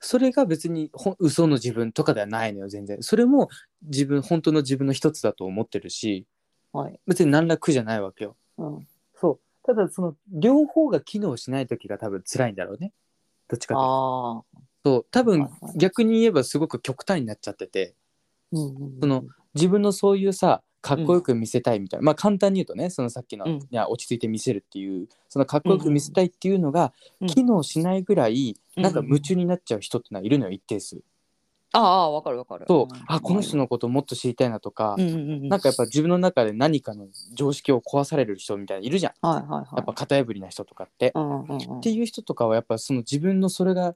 Speaker 1: それが別にほん嘘の自分とかではないのよ全然。それも自分本当の自分の一つだと思ってるし
Speaker 2: はい、
Speaker 1: 別に何ら苦じゃないわけよ。
Speaker 2: うん、
Speaker 1: そう。ただその両方が機能しない時が多分辛いんだろうね。どっちかというと
Speaker 2: ああ、
Speaker 1: そう。多分
Speaker 2: はいはい
Speaker 1: 逆に言えばすごく極端になっちゃってて、
Speaker 2: うんうん
Speaker 1: その自分のそういうさ、かっこよく見せたいみたいな、まあ簡単に言うとね、そのさっきの、
Speaker 2: うん
Speaker 1: いや落ち着いて見せるっていう、そのかっこよく見せたいっていうのが
Speaker 2: うん
Speaker 1: 機能しないぐらい、
Speaker 2: うん
Speaker 1: なんか夢中になっちゃう人ってのはいるのよ、一定数。
Speaker 2: ああわかるわかる
Speaker 1: そう
Speaker 2: うん、
Speaker 1: あ、この人のこともっと知りたいなとか
Speaker 2: う、んうんうん
Speaker 1: なんかやっぱ自分の中で何かの常識を壊される人みたいないるじゃん。
Speaker 2: はいはいはい
Speaker 1: やっぱ型破りな人とかって。
Speaker 2: うんうんうん
Speaker 1: っていう人とかはやっぱその自分のそれが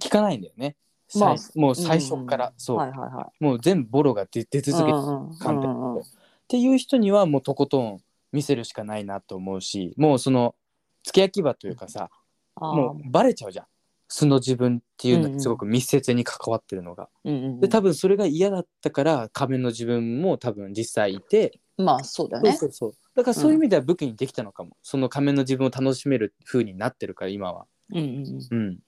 Speaker 1: 効かないんだよね。
Speaker 2: まあ
Speaker 1: 最もう最初から、
Speaker 2: んん
Speaker 1: そう、
Speaker 2: はいはいはい
Speaker 1: もう全部ボロが出出続けて
Speaker 2: うん
Speaker 1: 観
Speaker 2: う
Speaker 1: 点
Speaker 2: んうんうん
Speaker 1: っていう人にはもうとことん見せるしかないなと思うしもうその付け焼き場というかさ、
Speaker 2: ああ
Speaker 1: もうバレちゃうじゃん素の自分っていうのにすごく密接に関わってるのが。
Speaker 2: うんうんうん
Speaker 1: で多分それが嫌だったから仮面の自分も多分実際いて、
Speaker 2: まあそうだよね
Speaker 1: そうそうそうだからそういう意味では武器にできたのかも、その仮面の自分を楽しめる風になってるから今は。
Speaker 2: うんうんうん
Speaker 1: うん、っ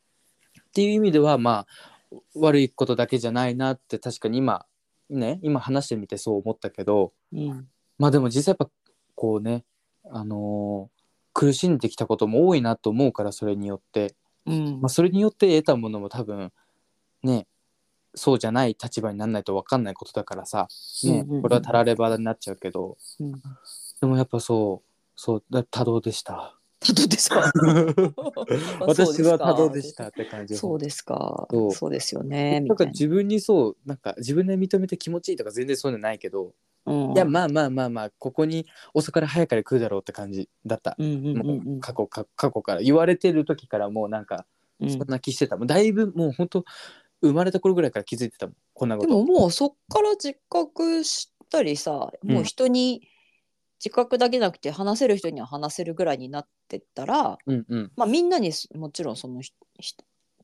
Speaker 1: ていう意味ではまあ悪いことだけじゃないなって確かに今ね今話してみてそう思ったけど
Speaker 2: うん
Speaker 1: まあでも実際やっぱこうねあのー苦しんできたことも多いなと思うからそれによって、
Speaker 2: うん
Speaker 1: まあ、それによって得たものも多分ねそうじゃない立場にならないと分かんないことだからさ、ね
Speaker 2: うんうんうん
Speaker 1: これはたらればになっちゃうけど
Speaker 2: うん
Speaker 1: でもやっぱそうそうだ多動で した。
Speaker 2: 多動ですか
Speaker 1: 私は多動でしたって感じ。
Speaker 2: そうですか
Speaker 1: そう
Speaker 2: そうですよね
Speaker 1: な
Speaker 2: み
Speaker 1: ん
Speaker 2: た
Speaker 1: か
Speaker 2: いな
Speaker 1: 自分にそうなんか自分で認めて気持ちいいとか全然そういうのないけど、
Speaker 2: うん
Speaker 1: いやまあまあまあまあここに遅から早から来るだろうって感じだった、
Speaker 2: うんうんうんうん
Speaker 1: もう過去か過去から言われてる時からもうなんか
Speaker 2: うん
Speaker 1: そんな気してた、もうだいぶもう本当生まれた頃ぐらいから気づいてたもんこんなこ
Speaker 2: で
Speaker 1: と
Speaker 2: ももうそっから自覚したりさもう人に自覚だけじゃなくて話せる人には話せるぐらいになってったら、
Speaker 1: うんうん
Speaker 2: まあ、みんなにもちろんそのひひ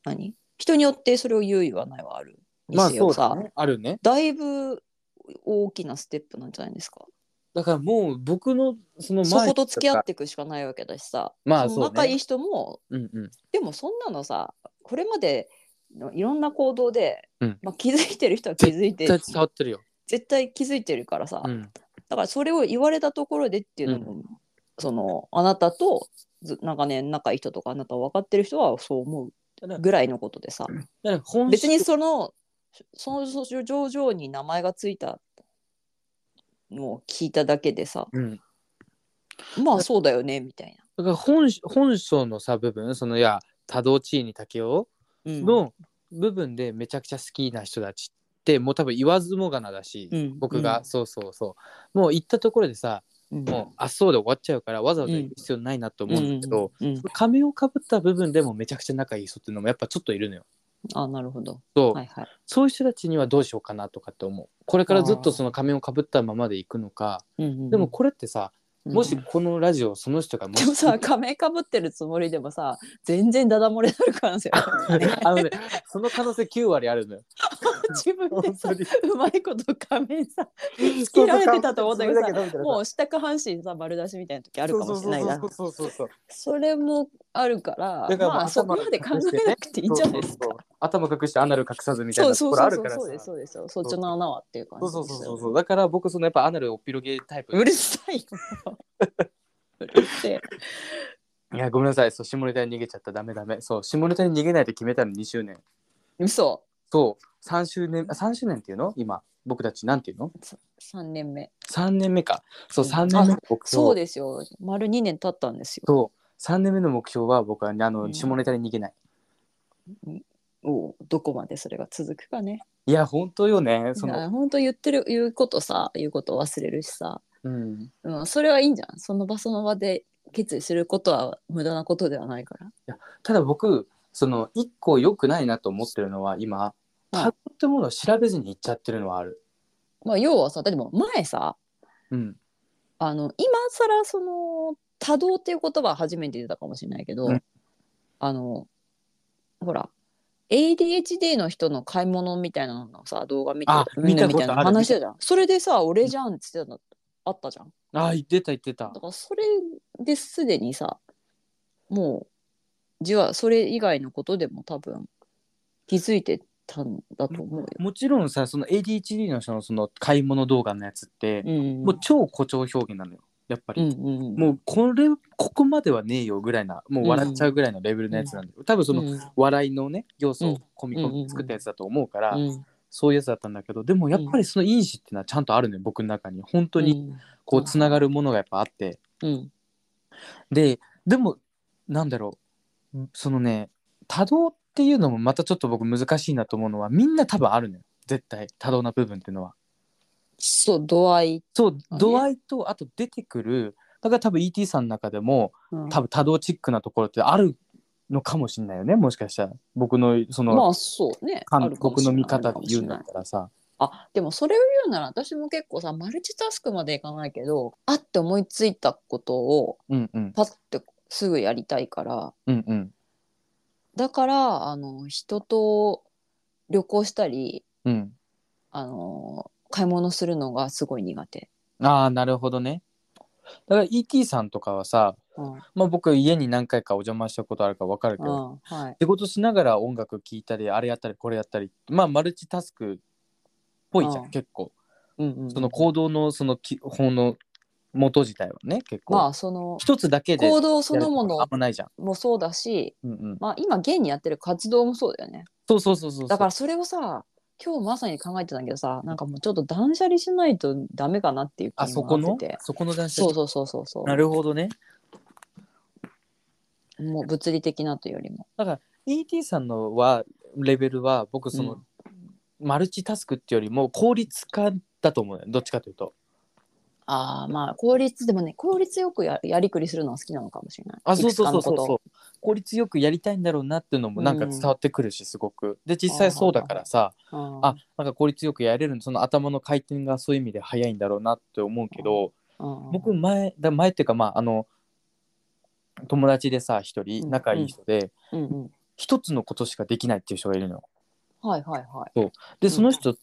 Speaker 2: 何人によってそれを言う言わないはあるに
Speaker 1: まあ
Speaker 2: せ
Speaker 1: そ
Speaker 2: よ
Speaker 1: う
Speaker 2: さ、
Speaker 1: だねあるね
Speaker 2: だいぶ大きなステップなんじゃないですか。
Speaker 1: だからもう僕のその
Speaker 2: そ
Speaker 1: 前
Speaker 2: こと付き合ってていくしかないわけだしさ、
Speaker 1: まあ
Speaker 2: その
Speaker 1: そう
Speaker 2: 仲いい
Speaker 1: ね
Speaker 2: 人も
Speaker 1: うんうん
Speaker 2: でもそんなのさこれまでのいろんな行動で、
Speaker 1: うん
Speaker 2: まあ、気づいてる人は気づいて
Speaker 1: 絶対伝わってるよ、
Speaker 2: 絶対気づいてるからさ、
Speaker 1: うん、
Speaker 2: だからそれを言われたところでっていうのも、そのあなたとず長年仲いい人とかあなたを分かってる人はそう思うぐらいのことでさ
Speaker 1: だから本
Speaker 2: 別
Speaker 1: 質
Speaker 2: にそのその上々に名前がついたのを聞いただけでさ
Speaker 1: うん
Speaker 2: まあそうだよねみたい
Speaker 1: だから本本性のさ部分そのいや多動地位に竹雄
Speaker 2: な。うん
Speaker 1: の部分でめちゃくちゃ好きな人たちってもう多分言わずもがなだし、
Speaker 2: うん
Speaker 1: 僕が、そうそうそうもう行ったところでさ、
Speaker 2: うん
Speaker 1: もうあっそうで終わっちゃうからわざわざ行く必要ないなと思うんだけど、
Speaker 2: うんうんうん
Speaker 1: 仮面をかぶった部分でもめちゃくちゃ仲いい人っていうのもやっぱちょっといるのよ。
Speaker 2: あなるほど。
Speaker 1: そう
Speaker 2: はいはい。
Speaker 1: そういう人たちにはどうしようかなとかって思うこれからずっとその仮面をかぶったままで行くのか
Speaker 2: うんうんうん
Speaker 1: でも、これってさ、
Speaker 2: うん
Speaker 1: もしこのラジオその人がも
Speaker 2: でもさ仮面かぶってるつもりでもさ全然ダダ漏れになる可能性 あるよ ね
Speaker 1: あのねその可能性9割あるのよ。
Speaker 2: 自分でさ
Speaker 1: 本当に
Speaker 2: うまいこと仮面さつけられてたと思ったけどさも
Speaker 1: う
Speaker 2: う下下半身さ丸出しみたいな時あるかもしれないな
Speaker 1: そうそうそうそうそうそう
Speaker 2: それもあるから
Speaker 1: だからまあ
Speaker 2: まあそこまで考えなくていいんじゃないですか
Speaker 1: そうそうそう頭隠してアナル隠さずみたい
Speaker 2: そ
Speaker 1: な
Speaker 2: う
Speaker 1: と
Speaker 2: そ
Speaker 1: こ
Speaker 2: う
Speaker 1: ろ
Speaker 2: そ
Speaker 1: あ
Speaker 2: う
Speaker 1: る
Speaker 2: そう
Speaker 1: からさ
Speaker 2: そうですそうですそっちの穴はっていう感じ
Speaker 1: そ
Speaker 2: で
Speaker 1: う
Speaker 2: す
Speaker 1: そうそうそ
Speaker 2: よ
Speaker 1: うそうだから僕そのやっぱアナルをっぴろげタイプ
Speaker 2: うるさいようるせえ
Speaker 1: いやごめんなさいそう下ネタに逃げちゃったダメダメそう下ネタに逃げないと決めたの2周年
Speaker 2: 嘘
Speaker 1: そう3周年あ3周年っていうの今僕たちなんていうの
Speaker 2: 三年目
Speaker 1: 3年目かそう
Speaker 2: うん
Speaker 1: 3年目の目標
Speaker 2: そうですよ丸二年経ったんですよ
Speaker 1: そう3年目の目標は僕はねあ
Speaker 2: う
Speaker 1: の
Speaker 2: ん
Speaker 1: 下ネタに逃げない、
Speaker 2: おうどこまでそれが続くかね
Speaker 1: いや本当よねその、
Speaker 2: な本当言ってる言うことさ言うこと忘れるしさ、
Speaker 1: うん、
Speaker 2: うん、それはいいんじゃんその場その場で決意することは無駄なことではないから
Speaker 1: ただ僕その一個良くないなと思ってるのは今
Speaker 2: はい
Speaker 1: タグってものを調べずに行っちゃってるのはある。
Speaker 2: まあ、要はさでも前さ
Speaker 1: うん。
Speaker 2: あの今更その多動っていう言葉は初めて出たかもしれないけど、
Speaker 1: うん
Speaker 2: あのほら ADHD の人の買い物みたいなのをさ動画見て
Speaker 1: あ
Speaker 2: みんな
Speaker 1: 見
Speaker 2: み
Speaker 1: たこ
Speaker 2: たい
Speaker 1: とある
Speaker 2: な話してたじゃんそれでさ俺じゃんって言ってたのあったじゃん
Speaker 1: ああ言ってた言ってた
Speaker 2: だ。からそれですでにさもうじわそれ以外のことでも多分気づいてたんだと思うよ。
Speaker 1: もちろんさその ADHD の人のその買い物動画のやつって、
Speaker 2: うん
Speaker 1: もう超誇張表現なのよやっぱ
Speaker 2: う
Speaker 1: り。
Speaker 2: んうん
Speaker 1: もうこれここまではねえよぐらいなもう笑っちゃうぐらいのレベルのやつなんだよ、多分その、
Speaker 2: うん
Speaker 1: 笑いのね要素
Speaker 2: う
Speaker 1: を
Speaker 2: ん
Speaker 1: 込み込み作ったやつだと思うから、
Speaker 2: うん
Speaker 1: そういうやつだったんだけどでもやっぱりその因子っていうのはちゃんとあるのよ僕の中に本当にこうつながるものがやっぱあって、
Speaker 2: うん
Speaker 1: ででもなんだろうそのね多動っていうのもまたちょっと僕難しいなと思うのはみんな多分あるのよ絶対多動な部分っていうのは。
Speaker 2: そう度合い、
Speaker 1: そう
Speaker 2: あね
Speaker 1: 度合いとあと出てくるだから多分 ET さんの中でも
Speaker 2: うん
Speaker 1: 多分多動チックなところってあるのかもしれないよねもしかしたら僕のその、
Speaker 2: まあそうねあるかも
Speaker 1: 僕
Speaker 2: し
Speaker 1: の
Speaker 2: れない
Speaker 1: 見方で言うん
Speaker 2: あ
Speaker 1: だっ
Speaker 2: るかもしれない
Speaker 1: たらさ
Speaker 2: あでもそれを言うなら私も結構さマルチタスクまでいかないけどあって思いついたことを
Speaker 1: うんうん
Speaker 2: パッてすぐやりたいから
Speaker 1: うんうん
Speaker 2: だからあの人と旅行したり
Speaker 1: うん
Speaker 2: あの買い物するのがすごい苦手。
Speaker 1: ああなるほどねだから ET さんとかはさ、
Speaker 2: うん
Speaker 1: まあ、僕家に何回かお邪魔したことあるから分かるけ
Speaker 2: う
Speaker 1: ど、
Speaker 2: んはい、
Speaker 1: 仕事しながら音楽聴いたりあれやったりこれやったりまあマルチタスクっぽいじゃ
Speaker 2: うん
Speaker 1: ん結構
Speaker 2: うんうん、
Speaker 1: その行動のその基本の元自体はね結
Speaker 2: ま
Speaker 1: 構
Speaker 2: あその
Speaker 1: 一つだけで
Speaker 2: 行動そのも
Speaker 1: やるとあん
Speaker 2: の
Speaker 1: まないじゃん、
Speaker 2: もそうだし、
Speaker 1: うんうん、
Speaker 2: まあ、今現にやってる活動もそうだよね
Speaker 1: そうそうそうそう
Speaker 2: だからそれをさ今日まさに考えてたんだけどさなんかもうちょっと断捨離しないとダメかなっていう気
Speaker 1: あそこ
Speaker 2: になっ
Speaker 1: の
Speaker 2: てて
Speaker 1: そこの男子
Speaker 2: そうそうそうそうそ
Speaker 1: なるほどね
Speaker 2: うもう物理的なというよりも
Speaker 1: ET さんのはレベルは僕その、マルチタスクっていうよりも効率化だと思うよどっちかというと
Speaker 2: ああまあ効率でもね効率よくややりくりするのは好きなのかもしれない
Speaker 1: あそうそうそうそう
Speaker 2: いくつかのことを
Speaker 1: そう効率よくやりたいんだろうなっていうのもなんか伝わってくるし、すごくで実際そうだからさ
Speaker 2: うん
Speaker 1: あなんか効率よくやれるその頭の回転がそういう意味で早いんだろうなって思うけど、
Speaker 2: うん
Speaker 1: 僕前だ前っていうかまああの友達でさ一
Speaker 2: う
Speaker 1: 人
Speaker 2: ん
Speaker 1: 仲いい人で
Speaker 2: うんうん
Speaker 1: 一、つのことしかできないっていう人がいるのよ
Speaker 2: はいはいはい
Speaker 1: で
Speaker 2: うん
Speaker 1: その人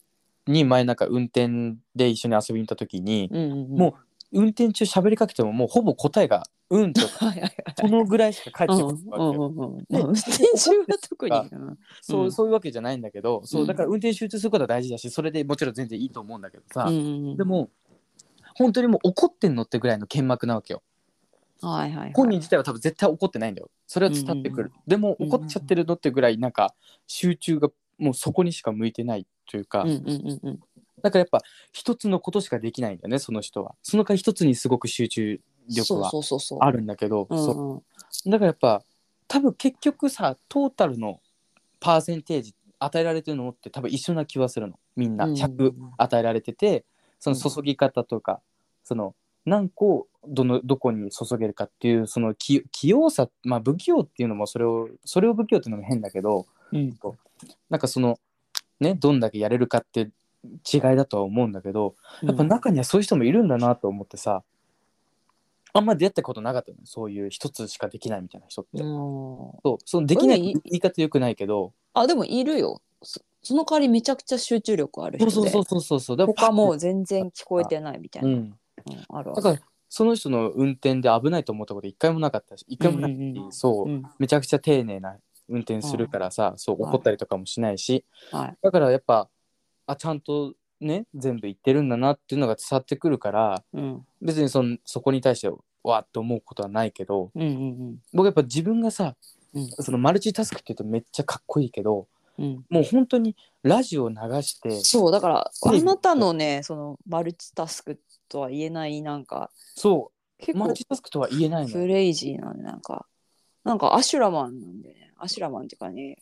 Speaker 1: に前なんか運転で一緒に遊びに行った時に、
Speaker 2: うんうんうん
Speaker 1: も運転中喋りかけてももうほぼ答えが「うん」とか
Speaker 2: はいはいはい
Speaker 1: そのぐらいしか返って
Speaker 2: う
Speaker 1: こ
Speaker 2: ん
Speaker 1: ないうわ
Speaker 2: ん
Speaker 1: けよ、
Speaker 2: うんうん
Speaker 1: で
Speaker 2: まあ運転中は特に
Speaker 1: 僕
Speaker 2: うん
Speaker 1: そううんそういうわけじゃないんだけど、そううんだから運転集中することは大事だしそれでもちろん全然いいと思うんだけどさ、
Speaker 2: うんうんうん
Speaker 1: でも本当にもう怒ってんのってぐらいの剣幕なわけよ
Speaker 2: はいはいはい
Speaker 1: 本人自体は多分絶対怒ってないんだよそれは伝わってくる、でも怒っちゃってるのってぐらいなんか集中がもうそこにしか向いてないというか、
Speaker 2: うんうんうんうん
Speaker 1: だからやっぱ一つのことしかできないんだよねその人はその代わり一つにすごく集中力は
Speaker 2: そうそうそうそう
Speaker 1: あるんだけど
Speaker 2: うん
Speaker 1: そう
Speaker 2: うん
Speaker 1: だからやっぱ多分結局さトータルのパーセンテージ与えられてるのって多分一緒な気はするのみんな
Speaker 2: うん
Speaker 1: 100与えられててその注ぎ方とかその何個どのどこに注げるかっていうその器器用さまあ不器用っていうのもそれをそれを不器用っていうのも変だけど
Speaker 2: うん
Speaker 1: なんかそのねどんだけやれるかって違いだとは思うんだけどやっぱ中にはそういう人もいるんだなと思ってさあんま出会ったことなかったのよそういう一つしかできないみたいな人って。
Speaker 2: うん
Speaker 1: そう、そのできない
Speaker 2: うんい
Speaker 1: 言い方よくないけど、
Speaker 2: あでもいるよそその代わりめちゃくちゃ集中力ある人で
Speaker 1: そうそうそうそう、だから
Speaker 2: 他もう全然聞こえてないみたいうな、
Speaker 1: ん、
Speaker 2: うんあるあ
Speaker 1: だ
Speaker 2: る
Speaker 1: からその人の運転で危ないと思ったこと一回もなかったし、一回もないし、
Speaker 2: うんうんうん
Speaker 1: そう、
Speaker 2: うん
Speaker 1: めちゃくちゃ丁寧な運転するからさ、そう
Speaker 2: はい
Speaker 1: 怒ったりとかもしないし、
Speaker 2: はい
Speaker 1: だからやっぱあちゃんとね全部言ってるんだなっていうのが伝わってくるから、
Speaker 2: うん
Speaker 1: 別にそのそこに対してわーっと思うことはないけど、
Speaker 2: うんうん
Speaker 1: 僕やっぱ自分がさ、
Speaker 2: うん
Speaker 1: そのマルチタスクって言うとめっちゃかっこいいけど、
Speaker 2: うん
Speaker 1: もう本当にラジオ流して、
Speaker 2: そうだから
Speaker 1: う
Speaker 2: あ
Speaker 1: ん
Speaker 2: なたのねそのマルチタスクとは言えないなんか
Speaker 1: そう。
Speaker 2: 結
Speaker 1: マ
Speaker 2: 構
Speaker 1: ルチタスクとは言えないの
Speaker 2: ク
Speaker 1: よ
Speaker 2: レイジーなんでなんかなんかアシュラマンなんでねアシュラマンっていうかね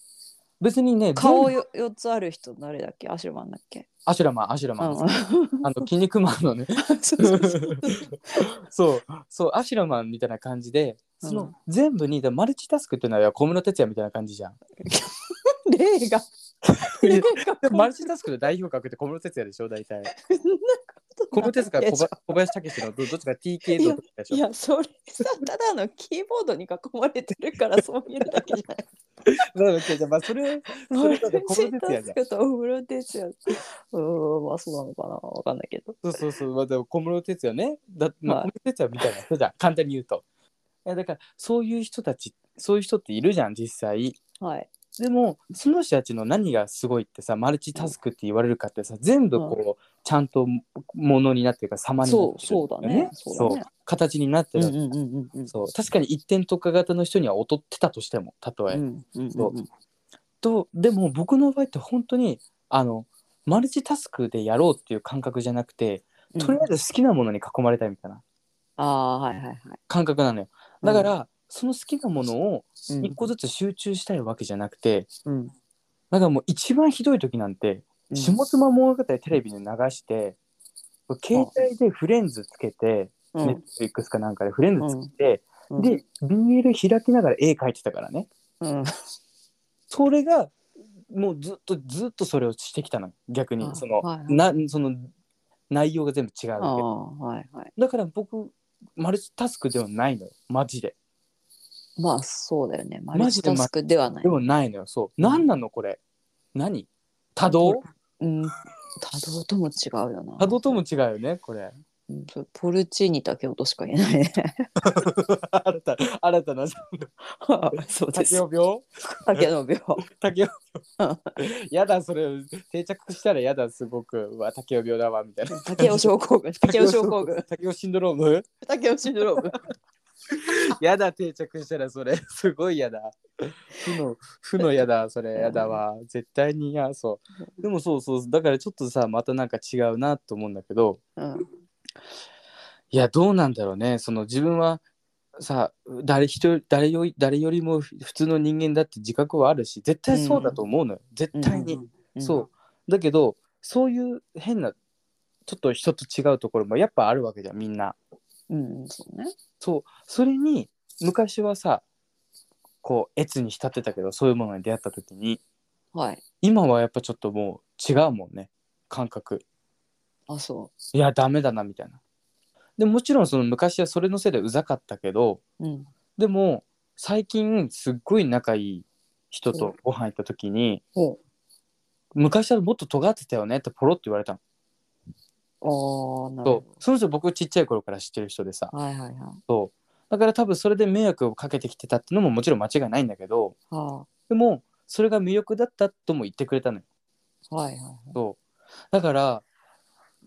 Speaker 1: 別にね
Speaker 2: 顔
Speaker 1: 全部
Speaker 2: よ4つある人誰だっけアシュラマンだっけ、
Speaker 1: アシュラマンアシュラ
Speaker 2: う
Speaker 1: マン、
Speaker 2: ん、
Speaker 1: あの筋肉マンのね
Speaker 2: そうそうそう
Speaker 1: そうそうアシュラマンみたいな感じでその、
Speaker 2: うん
Speaker 1: 全部にだマルチタスクっていうのは小室哲哉みたいな感じじ ゃん
Speaker 2: 例が例が
Speaker 1: でもマルチタスクの代表格って小室哲哉でしょ大体小室哲哉か小林小林武史のどどっちか TK 像とかでし
Speaker 2: い
Speaker 1: ょ
Speaker 2: やそれさただのキーボードに囲まれてるからそういうだけじゃない。
Speaker 1: そうだけどまあそれそれだって小室哲哉じゃん
Speaker 2: マルチタスクと小室哲也。うーんまあそうなのかなわかんないけど。
Speaker 1: そうそうそう、まあ、でも小室哲哉ねだ、まあ、
Speaker 2: はい
Speaker 1: 小室哲哉みたいな人じゃん簡単に言うといやだからそういう人たちそういう人っているじゃん実際
Speaker 2: はい。
Speaker 1: でもその人たちの何がすごいってさマルチタスクって言われるかってさ全部こう、ちゃんとものになってるから様になってるん
Speaker 2: そうそうだね
Speaker 1: そ
Speaker 2: そううだね
Speaker 1: 形になって
Speaker 2: うん
Speaker 1: る、
Speaker 2: うんうんうんうん。
Speaker 1: そう確かに一点特化型の人には劣ってたとしてもたとえ、
Speaker 2: うんうん
Speaker 1: そう
Speaker 2: うん
Speaker 1: とでも僕の場合って本当にあのマルチタスクでやろうっていう感覚じゃなくて
Speaker 2: うん。
Speaker 1: とりあえず好きなものに囲まれたいみたいな
Speaker 2: ああはいはいはい。
Speaker 1: 感覚なのよだから、その好きなものを
Speaker 2: うん
Speaker 1: 一個ずつ集中したいわけじゃなくて、
Speaker 2: うん
Speaker 1: だからもう一番ひどい時なんて
Speaker 2: うん
Speaker 1: 下妻物語テレビで流して、携帯でフレンズつけて、
Speaker 2: う
Speaker 1: ネッ
Speaker 2: ん
Speaker 1: トフリックスかなんかでフレンズつけて、
Speaker 2: うん
Speaker 1: で BL 開きながら絵描いてたからね
Speaker 2: うん
Speaker 1: それがもうずっとずっとそれをしてきたの逆に
Speaker 2: あ
Speaker 1: その,、
Speaker 2: はいはい
Speaker 1: なその内容が全部違う
Speaker 2: あ
Speaker 1: わけ
Speaker 2: あはいはい。
Speaker 1: だから僕マルチタスクではないのよマジで
Speaker 2: まあそうだよね。マ
Speaker 1: マ
Speaker 2: ル
Speaker 1: ジ
Speaker 2: チ
Speaker 1: でマ
Speaker 2: タスクではない
Speaker 1: で。もないのよそう、なん、何なのこれ何多動
Speaker 2: うん。多動とも違うよな。
Speaker 1: 多動とも違うよねこれ
Speaker 2: うんそうポルチーニ竹としか言 えないね。
Speaker 1: 新た新たなジャンル
Speaker 2: そうです
Speaker 1: 竹。病
Speaker 2: 竹の病。
Speaker 1: 竹雄病 やだそれ定着したらやだすごくうわ竹雄病だわみたいな
Speaker 2: 竹雄症候群。竹雄症候群。
Speaker 1: 竹雄シンドローム
Speaker 2: 竹雄シンドローム。
Speaker 1: やだ定着したらそれすごいやだ負の負のやだそれやだわ絶対に嫌そうでもそうそうだからちょっとさまたなんか違うなと思うんだけど
Speaker 2: うん
Speaker 1: いやどうなんだろうねその自分はさ誰人誰より誰よりも普通の人間だって自覚はあるし絶対そうだと思うのよ、 絶対に、
Speaker 2: うん
Speaker 1: そうだけどそういう変なちょっと人と違うところもやっぱあるわけじゃんみんな
Speaker 2: うんうんそうね
Speaker 1: そうそれに昔はさこう越に浸ってたけどそういうものに出会った時に
Speaker 2: はい
Speaker 1: 今はやっぱちょっともう違うもんね感覚
Speaker 2: あそ
Speaker 1: いやダメだなみたいなでもちろんその昔はそれのせいでうざかったけど
Speaker 2: ううん
Speaker 1: でも最近すっごい仲いい人とご飯行った時に
Speaker 2: ほ
Speaker 1: 昔はもっと尖ってたよねってポロって言われたの
Speaker 2: うああなる
Speaker 1: そ
Speaker 2: ほ
Speaker 1: うその人僕ちっちゃい頃から知ってる人でさ
Speaker 2: どはいはいはい
Speaker 1: そうだから多分それで迷惑をかけてきてたってのももちろん間違いないんだけど
Speaker 2: は
Speaker 1: でもそれが魅力だったとも言ってくれたのよ。
Speaker 2: あはいはいはい
Speaker 1: そうだから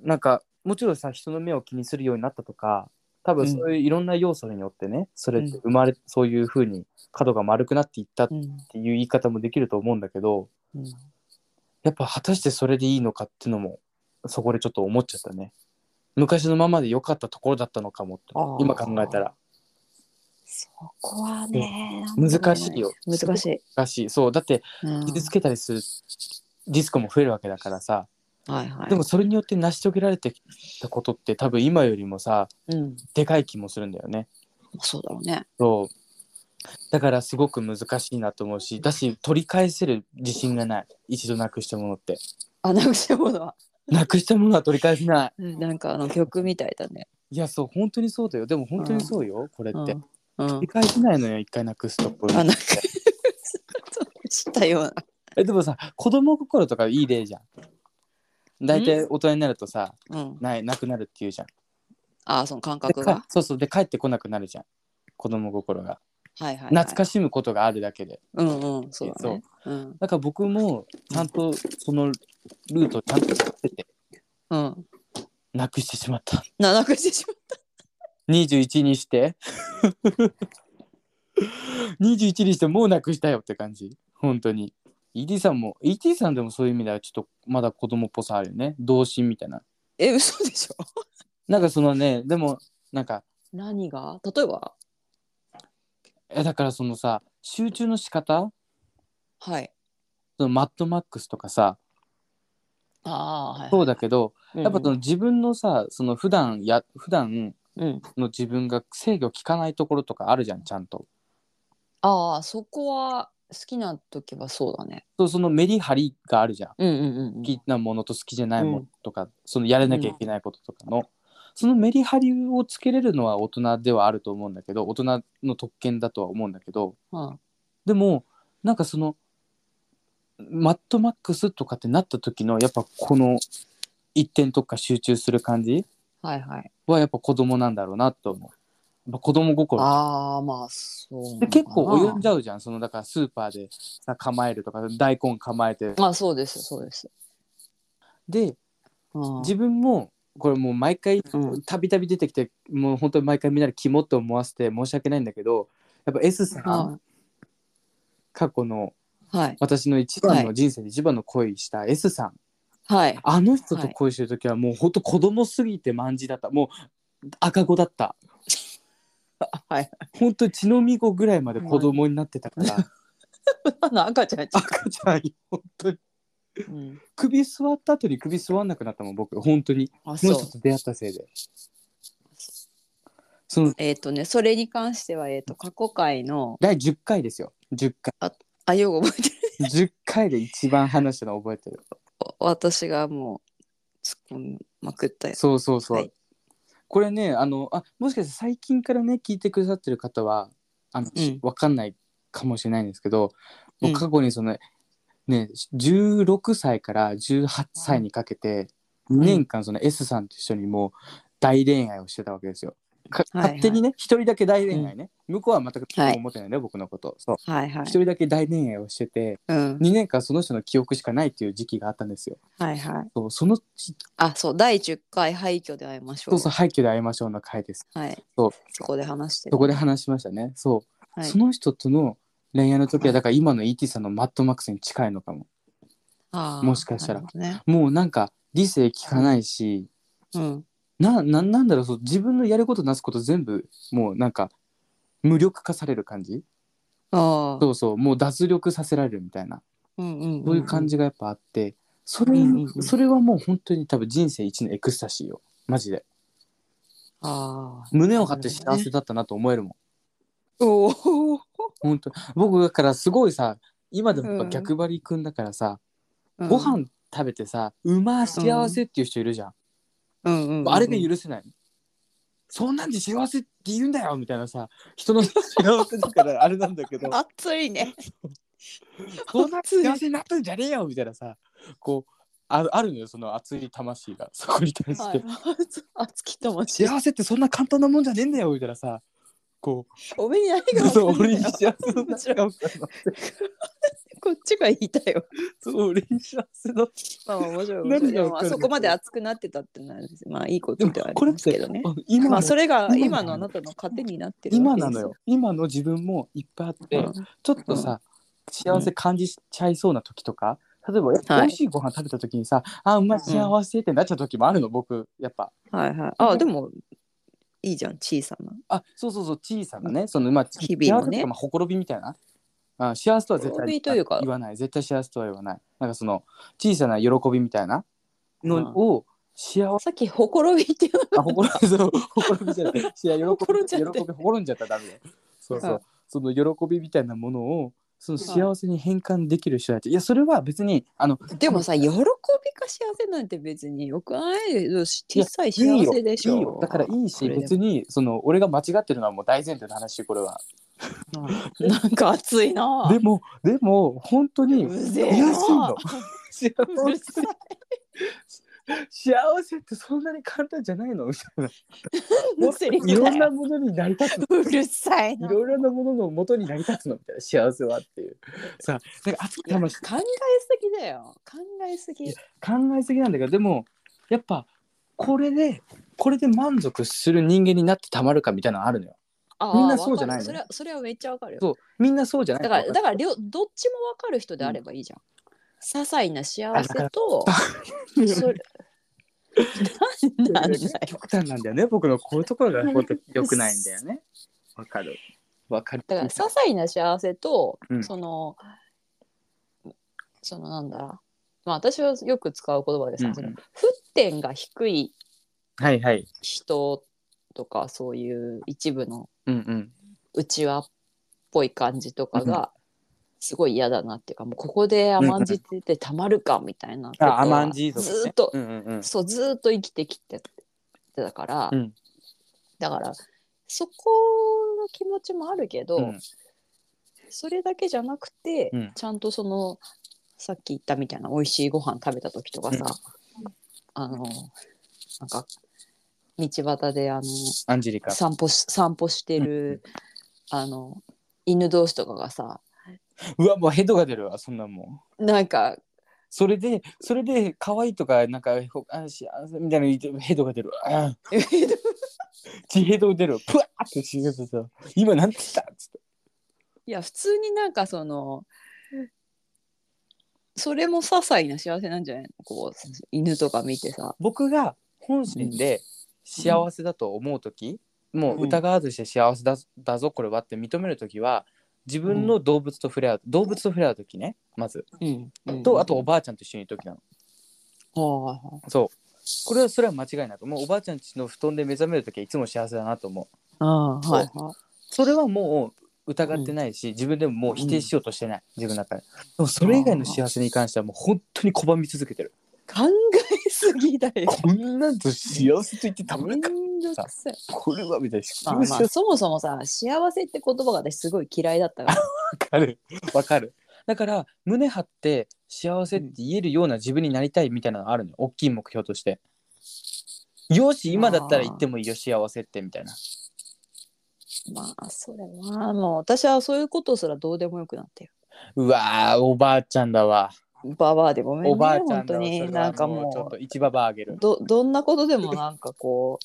Speaker 1: なんかもちろんさ人の目を気にするようになったとか多分そういういろんな要素によってね、それって生まれ、そういう風に角が丸くなっていったっ
Speaker 2: う
Speaker 1: て
Speaker 2: ん
Speaker 1: いう言い方もできると思うんだけど
Speaker 2: うん
Speaker 1: やっぱ果たしてそれでいいのかってのもそこでちょっと思っちゃったね。昔のままで良かったところだったのかもって
Speaker 2: あー
Speaker 1: 今考えたら
Speaker 2: そこはねなんとも言えない
Speaker 1: 難しいよ
Speaker 2: 難しい
Speaker 1: 難しいそうだって
Speaker 2: うん
Speaker 1: 傷つけたりするリスクも増えるわけだからさ、
Speaker 2: はいはい
Speaker 1: でもそれによって成し遂げられてきたことって多分今よりもさ
Speaker 2: うん
Speaker 1: でかい気もするんだよね。
Speaker 2: そうだろうね
Speaker 1: そうだからすごく難しいなと思うしだし取り返せる自信がない一度なくしたものって
Speaker 2: あなくしたものは
Speaker 1: なくしたものは取り返せな
Speaker 2: なんかあの曲みたいだね
Speaker 1: いいやそう本当にそうだよでも本当にそうよこれ
Speaker 2: う
Speaker 1: っ
Speaker 2: ん
Speaker 1: て
Speaker 2: うん
Speaker 1: 取り返せないのよ一回なくすとこれ
Speaker 2: あなんかちょっとしたような
Speaker 1: えでもさ子供心とかいい例じゃん大体大人になるとさ
Speaker 2: うん、
Speaker 1: ないなくなるっていうじゃん
Speaker 2: ああその感
Speaker 1: で
Speaker 2: 覚
Speaker 1: か
Speaker 2: が。
Speaker 1: そうそうで帰ってこなくなるじゃん子供心が
Speaker 2: はいはい、はい。
Speaker 1: 懐か
Speaker 2: しい。
Speaker 1: しむことがあるだけで
Speaker 2: うんうん、そうだね。うん、
Speaker 1: だから僕もちゃんとそのルートをちゃんと使ってて
Speaker 2: うん。
Speaker 1: なくしてしまった
Speaker 2: ななくしてしま
Speaker 1: 21にして 21にしてもうなくしたよって感じ本当に ET さんも ET さんでもそういう意味ではちょっとまだ子供っぽさあるよね童心みたいな
Speaker 2: う。え、嘘でしょ
Speaker 1: なんかそのねでもなんか
Speaker 2: 何が例えば
Speaker 1: えだからそのさ集中の仕方
Speaker 2: はい。
Speaker 1: そのマッドマックスとかさ
Speaker 2: ああ、はい。
Speaker 1: そうだけど
Speaker 2: うん
Speaker 1: やっぱその自分のさその普段や普段
Speaker 2: うん。
Speaker 1: の自分が制御効かないところとかあるじゃんちゃんと
Speaker 2: ああ、そこは好きな時はそうだね。
Speaker 1: そうそのメリハリがあるじゃん
Speaker 2: うんうんうんう
Speaker 1: 好
Speaker 2: ん。
Speaker 1: きなものと好きじゃないも
Speaker 2: う
Speaker 1: のとか、そのやらなきゃいけないこととかの、そのメリハリをつけれるのは大人ではあると思うんだけど大人の特権だとは思うんだけど
Speaker 2: うん
Speaker 1: でもなんかそのマットマックスとかってなった時のやっぱこの一点とか集中する感じ
Speaker 2: はいはい。
Speaker 1: はやっぱ子供なんだろうなと思う。やっぱ子供心
Speaker 2: ああ、まあそう
Speaker 1: で結構泳んじ
Speaker 2: ゃ
Speaker 1: ゃうじゃんそのだからスーパーでさ構えるとか大根構えて
Speaker 2: う。あそうです、そうです。
Speaker 1: で
Speaker 2: うん、
Speaker 1: 自分もこれもう毎回
Speaker 2: うん
Speaker 1: たびたび出てきてもう本当に毎回みんなにキモって思わせて申し訳ないんだけどやっぱ S さん
Speaker 2: は
Speaker 1: 過去の
Speaker 2: い。はい。
Speaker 1: 私の一番
Speaker 2: は
Speaker 1: の
Speaker 2: い
Speaker 1: 人生で一番の恋した S さん、
Speaker 2: はい。
Speaker 1: あの人と恋してる時はもう本当子供すぎて卍だったもう赤子だった
Speaker 2: はい。
Speaker 1: 本当血のみ子ぐらいまで子供になってたから、
Speaker 2: あの赤ちゃんち。
Speaker 1: 赤ちゃんよ本当に
Speaker 2: うん、
Speaker 1: 首座った後に首座んなくなったもん僕本当に
Speaker 2: あ
Speaker 1: そ
Speaker 2: そ
Speaker 1: の
Speaker 2: う
Speaker 1: 人。と出会ったせいでその
Speaker 2: えっ、とね、それに関しては、えっ、と、過去回の、
Speaker 1: 第10回ですよ10回
Speaker 2: あ、よう覚えてる。
Speaker 1: 10回で一番話したの覚えてる。
Speaker 2: 私がもう、突っ込みまくったやつ。
Speaker 1: そうそうそう。
Speaker 2: はい
Speaker 1: これね、あの、あ、もしかして最近からね、聞いてくださってる方は、あの、
Speaker 2: うん
Speaker 1: わかんないかもしれないんですけど、もううん過去にその、ね、16歳から18歳にかけて、2年間その S さんと一緒にもう大恋愛をしてたわけですよ。か
Speaker 2: はいはい
Speaker 1: 勝手にね一人だけ大恋愛ね、向こうは全く興味を持ってないね、僕のことそう
Speaker 2: はいは
Speaker 1: 一
Speaker 2: い。
Speaker 1: 人だけ大恋愛をしてて
Speaker 2: うん。
Speaker 1: 2年間その人の記憶しかないっていう時期があったんですよ
Speaker 2: はいはい。
Speaker 1: そうそのち
Speaker 2: あ、そう、第10回廃墟で会いましょ。
Speaker 1: そううそう廃墟で会いましょうの回です
Speaker 2: はい。
Speaker 1: そう
Speaker 2: そこで話してる
Speaker 1: そ。こで話しましたねそう
Speaker 2: はい
Speaker 1: その人との恋愛の時はだから今の ET さんのマッドマックスに近いのかも
Speaker 2: あー
Speaker 1: もしかしたら
Speaker 2: なるほどね。
Speaker 1: もうなんか理性聞かないし、
Speaker 2: うん。
Speaker 1: なななんだろうそう自分のやることなすこと全部もうなんか無力化される感じ
Speaker 2: ああ。
Speaker 1: そうそうもう脱力させられるみたいな
Speaker 2: うんうん。
Speaker 1: そういう感
Speaker 2: じ。
Speaker 1: じがやっぱあってそれ,、
Speaker 2: うんうんうん
Speaker 1: それはもう本当に多分人生一のエクスタシーよマジで
Speaker 2: ああ。
Speaker 1: 胸を張って幸せだったなと思えるもん
Speaker 2: おお。
Speaker 1: 本当僕だからすごいさ今でもやっ
Speaker 2: う
Speaker 1: ぱ
Speaker 2: ん
Speaker 1: 逆張りくんだからさ、
Speaker 2: うん
Speaker 1: ご飯食べてさうまー幸せっていう人いるじゃん、
Speaker 2: うんうんうん。
Speaker 1: あれが許せない、そんなんで幸せって言うんだよみたいなさ人の幸せだ からあれなんだけど
Speaker 2: 熱 いね。
Speaker 1: そんな幸せになったんじゃねえよみたいなさこうああるのよその熱い魂がそこに対して、
Speaker 2: はい。熱き魂。
Speaker 1: 幸せってそんな簡単なもんじゃねえんだよみたいなさこ
Speaker 2: おめに何
Speaker 1: う
Speaker 2: が
Speaker 1: そう
Speaker 2: わかんない
Speaker 1: 俺
Speaker 2: よ
Speaker 1: に幸せだったのかな
Speaker 2: こっちが言いたいよ。
Speaker 1: そう俺に幸せだっ
Speaker 2: まあ面白い。面白
Speaker 1: 何が
Speaker 2: いで
Speaker 1: わ
Speaker 2: も
Speaker 1: かん
Speaker 2: まあ
Speaker 1: ない
Speaker 2: そこまで熱くなってたってなんです。まあいいこ
Speaker 1: た
Speaker 2: とではありますけどね。
Speaker 1: あ今の
Speaker 2: まあそれが今
Speaker 1: 今
Speaker 2: の
Speaker 1: の
Speaker 2: あなたの糧になってる
Speaker 1: 今
Speaker 2: わけ
Speaker 1: な
Speaker 2: です
Speaker 1: のよ。今の自分もいっぱいあって、ちょっとさ、幸せ感じちゃいそうな時とか、例えば、え
Speaker 2: はい
Speaker 1: 美味しいご飯食べた時にさ、あ、うまい幸せってなっちゃう時もあるの、僕、やっぱ。
Speaker 2: うんはいはい。あでもいいじゃん小さな。
Speaker 1: あ、そうそうそう、小さなね、その、まあ、
Speaker 2: 日々
Speaker 1: 幸
Speaker 2: の
Speaker 1: せ
Speaker 2: ね
Speaker 1: とか、まあ、ほころびみたいな。あ幸せとは絶
Speaker 2: ほころ
Speaker 1: 対
Speaker 2: びというか
Speaker 1: 言わない。絶対幸せとは言わない。なんかその、小さな喜びみたいな
Speaker 2: うん
Speaker 1: のを、幸せ、
Speaker 2: さっきほころびっていう
Speaker 1: あ、ほころび、そう、ほころびじゃない。幸せ喜び、
Speaker 2: ほころんじゃ
Speaker 1: 喜
Speaker 2: っ
Speaker 1: び、
Speaker 2: て。
Speaker 1: ほころんじゃったらダメだよ。そうそううんその喜びみたいなものを、その幸せに変換できる人たち。いや、それは別に、あの、
Speaker 2: の。でもさ喜びか幸せなんて別によくないよし小さい幸せでしょ。
Speaker 1: いいよだからいい
Speaker 2: そ
Speaker 1: し
Speaker 2: れでも
Speaker 1: 別にその俺が間違ってるのはもう大前提の話これは
Speaker 2: うんなんか熱いな。
Speaker 1: でもでも本当に
Speaker 2: う
Speaker 1: 嬉
Speaker 2: ぜえ
Speaker 1: しい
Speaker 2: な
Speaker 1: の幸
Speaker 2: うるさい
Speaker 1: せ幸せってそんなに簡単じゃないのみたいな
Speaker 2: うるせえ
Speaker 1: いろんなものに成り 立つの
Speaker 2: うるさい
Speaker 1: い
Speaker 2: な。
Speaker 1: ろいろなものの元に成り立つのみたいな幸せはっていうさなんか熱く
Speaker 2: 考え
Speaker 1: 魂
Speaker 2: すぎだよ。考えすぎ。
Speaker 1: 考えすぎなんだけどでもやっぱこれでこれで満足する人間になってたまるかみたいなのあるのよ
Speaker 2: あ
Speaker 1: みんなそうじゃないの
Speaker 2: わかるそれはそれはめっちゃわかるよ。
Speaker 1: そうみんなそうじゃない
Speaker 2: だからだから両どっちもわかる人であればいいじゃん。些細な幸せとそれ なんなんだよ。
Speaker 1: 極端なんだよね僕のこういうところが本当良くないんだよねわかるわかる
Speaker 2: だから些細な幸せと、
Speaker 1: うん
Speaker 2: そのそのなんだろう。まあ私はよく使う言葉で
Speaker 1: う
Speaker 2: さ、
Speaker 1: んうん
Speaker 2: その沸点が低い
Speaker 1: はいはい
Speaker 2: 人とかそういう一部の
Speaker 1: うんうん
Speaker 2: うちわっぽい感じとかがすごい嫌だなっていうか、もうここで甘んじててたまるかみたいなことは
Speaker 1: あ甘んじ族ね
Speaker 2: ずーっと、
Speaker 1: うんうんうん
Speaker 2: そうずーっと生きてきてだから、
Speaker 1: うん
Speaker 2: だからそこの気持ちもあるけど、
Speaker 1: うん
Speaker 2: それだけじゃなくて、
Speaker 1: うん
Speaker 2: ちゃんとそのさっき言ったみたいな美味しいご飯食べた時とかさ、あのなんか道端であの
Speaker 1: アンジェリカ
Speaker 2: 散歩し散歩してる、あの犬同士とかがさ
Speaker 1: うわもうヘドが出るわそんなもん
Speaker 2: なんか
Speaker 1: それでそれで可愛いとかなんかほあ幸せみたいなの言ってヘドが出るあ血ヘド出るプワーって血が出た今なんて言ったっつって
Speaker 2: いや普通になんかそのそれも些細な幸せなんじゃないのこう犬とか見てさ
Speaker 1: 僕が本心で幸せだと思う時、もう疑わずして幸せだだぞこれはって認める時は自分の動物と触れ合う動物と触れ合う時ねまず
Speaker 2: うん、
Speaker 1: とあとおばあちゃんと一緒にいる時なの
Speaker 2: は
Speaker 1: そうこれはそれは間違いなくもうおばあちゃんちの布団で目覚める時はいつも幸せだなと思う
Speaker 2: あは
Speaker 1: そう
Speaker 2: いは
Speaker 1: それはもう疑ってないし、自分でももう否定しようとしてない、自分の中ででもそれ以外の幸せに関してはもう本当に拒み続けてる
Speaker 2: い考えすぎだよ
Speaker 1: こんなんと幸せと言ってたま
Speaker 2: め
Speaker 1: るか
Speaker 2: んどくさい
Speaker 1: これはみたい
Speaker 2: ま
Speaker 1: な
Speaker 2: あまあそもそもさ幸せって言葉が私すごい嫌いだったから
Speaker 1: わかるわかるだから胸張って幸せって言えるような自分になりたいみたいなのあるの大きい目標としてよし今だったら行ってもいいよ幸せってみたいな
Speaker 2: まあそれはもう私はそういうことすらどうでもよくなってる
Speaker 1: うわーおばあちゃんだわ
Speaker 2: ババアでごめんね
Speaker 1: おばあちゃんだ
Speaker 2: 本当
Speaker 1: わそ
Speaker 2: に
Speaker 1: れは
Speaker 2: なんかも
Speaker 1: ちょっ
Speaker 2: う
Speaker 1: と一ババアあげる
Speaker 2: どどんなことでもなんかこ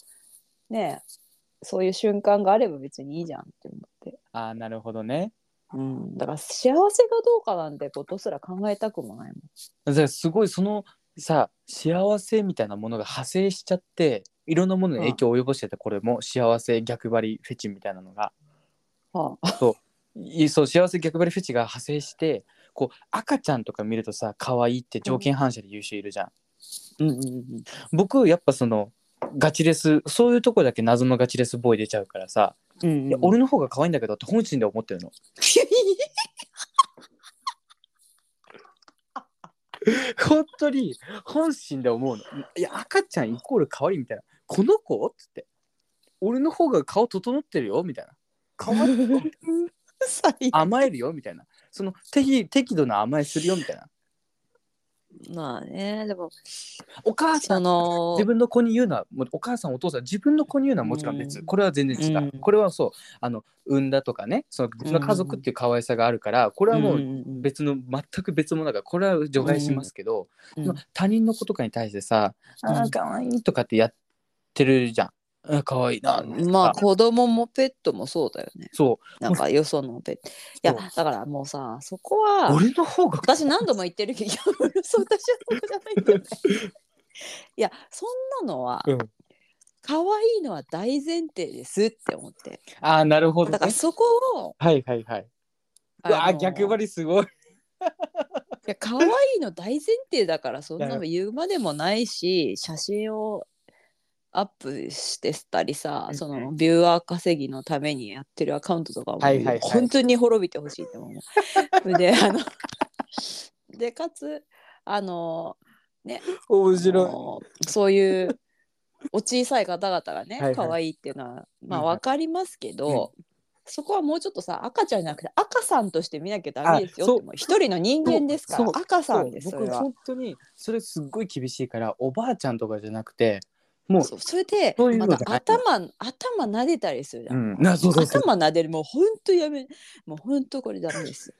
Speaker 2: うねえそういう瞬間があれば別にいいじゃんって思って、
Speaker 1: ああなるほどね
Speaker 2: うん、だから幸せがどうかなんてことすら考えたくもないもん
Speaker 1: だからすごいそのさ幸せみたいなものが派生しちゃっていろんなものに影響を及ぼしてて、これも幸せ逆張りフェチみたいなのが
Speaker 2: はあ、
Speaker 1: いそう幸せ逆張りフェチが派生してこう赤ちゃんとか見るとさ可愛いって条件反射で優秀いるじゃん、
Speaker 2: うんうんうん
Speaker 1: 僕やっぱそのガチレスそういうとこだけ謎のガチレスボーイ出ちゃうからさ、
Speaker 2: うん
Speaker 1: いや俺の方が可愛いんだけどって本心で思ってるの本当に本心で思うのいや赤ちゃんイコール可愛いみたいなこの子っつって俺の方が顔整ってるよみたいな可愛いよ
Speaker 2: 最悪
Speaker 1: 甘えるよみたいなその適適度な甘えするよみたいな
Speaker 2: まあねでも
Speaker 1: お母さ
Speaker 2: そ
Speaker 1: ん
Speaker 2: の
Speaker 1: 自分の子に言うのはもうお母さんお父さん自分の子に言うのはもちろん別、
Speaker 2: うん
Speaker 1: これは全然違う、
Speaker 2: うん
Speaker 1: これはそうあの産んだとかねその自分の家族っていう可愛さがあるからこれはもう
Speaker 2: んうんうん
Speaker 1: 別の全く別物だからこれは除外しますけど、
Speaker 2: うん
Speaker 1: でも他人の子とかに対してさ「
Speaker 2: うん
Speaker 1: あー可愛いとかってやってるじゃん「あー可愛いな」
Speaker 2: まあ子供もペットもそうだよね
Speaker 1: そう
Speaker 2: なんかよそのペットいや
Speaker 1: そう
Speaker 2: だからもうさそこは
Speaker 1: 俺の方が
Speaker 2: 私何度も言ってるけどい やそう私はそこじゃないんだよねいやそんなのは、
Speaker 1: うん
Speaker 2: 可愛いのは大前提ですって思って
Speaker 1: ああなるほど、
Speaker 2: だから
Speaker 1: ね、
Speaker 2: そこを
Speaker 1: はいはいはい
Speaker 2: あ
Speaker 1: うわー
Speaker 2: の
Speaker 1: 逆張
Speaker 2: い
Speaker 1: りすごい
Speaker 2: や可愛いの大前提だからそんなの言うまでもないし写真をアップしてしたりさそのビューアー稼ぎのためにやってるアカウントとかも、
Speaker 1: はいはいはい
Speaker 2: 本当に滅びてほしいって思う であのでかつあの
Speaker 1: 面
Speaker 2: あのそういうお小さい方々がね
Speaker 1: はいはい
Speaker 2: 可愛いっていうのはまあ
Speaker 1: うんはい
Speaker 2: 分かりますけど、そこはもうちょっとさ赤ちゃんじゃなくて赤さんとして見なきゃダメですよ
Speaker 1: あそう
Speaker 2: って思う一人の人間ですから
Speaker 1: そう
Speaker 2: 赤さんです
Speaker 1: そ
Speaker 2: そうれ
Speaker 1: 僕
Speaker 2: は
Speaker 1: 本当にそれすっごい厳しいからおばあちゃんとかじゃなくてもう
Speaker 2: そうそれで
Speaker 1: そういうの
Speaker 2: なん
Speaker 1: じ
Speaker 2: か
Speaker 1: ゃない
Speaker 2: 頭頭撫でたりするじゃん、
Speaker 1: うんなそうそうそう
Speaker 2: 頭撫でるもうほんとやめもうほんとこれダメです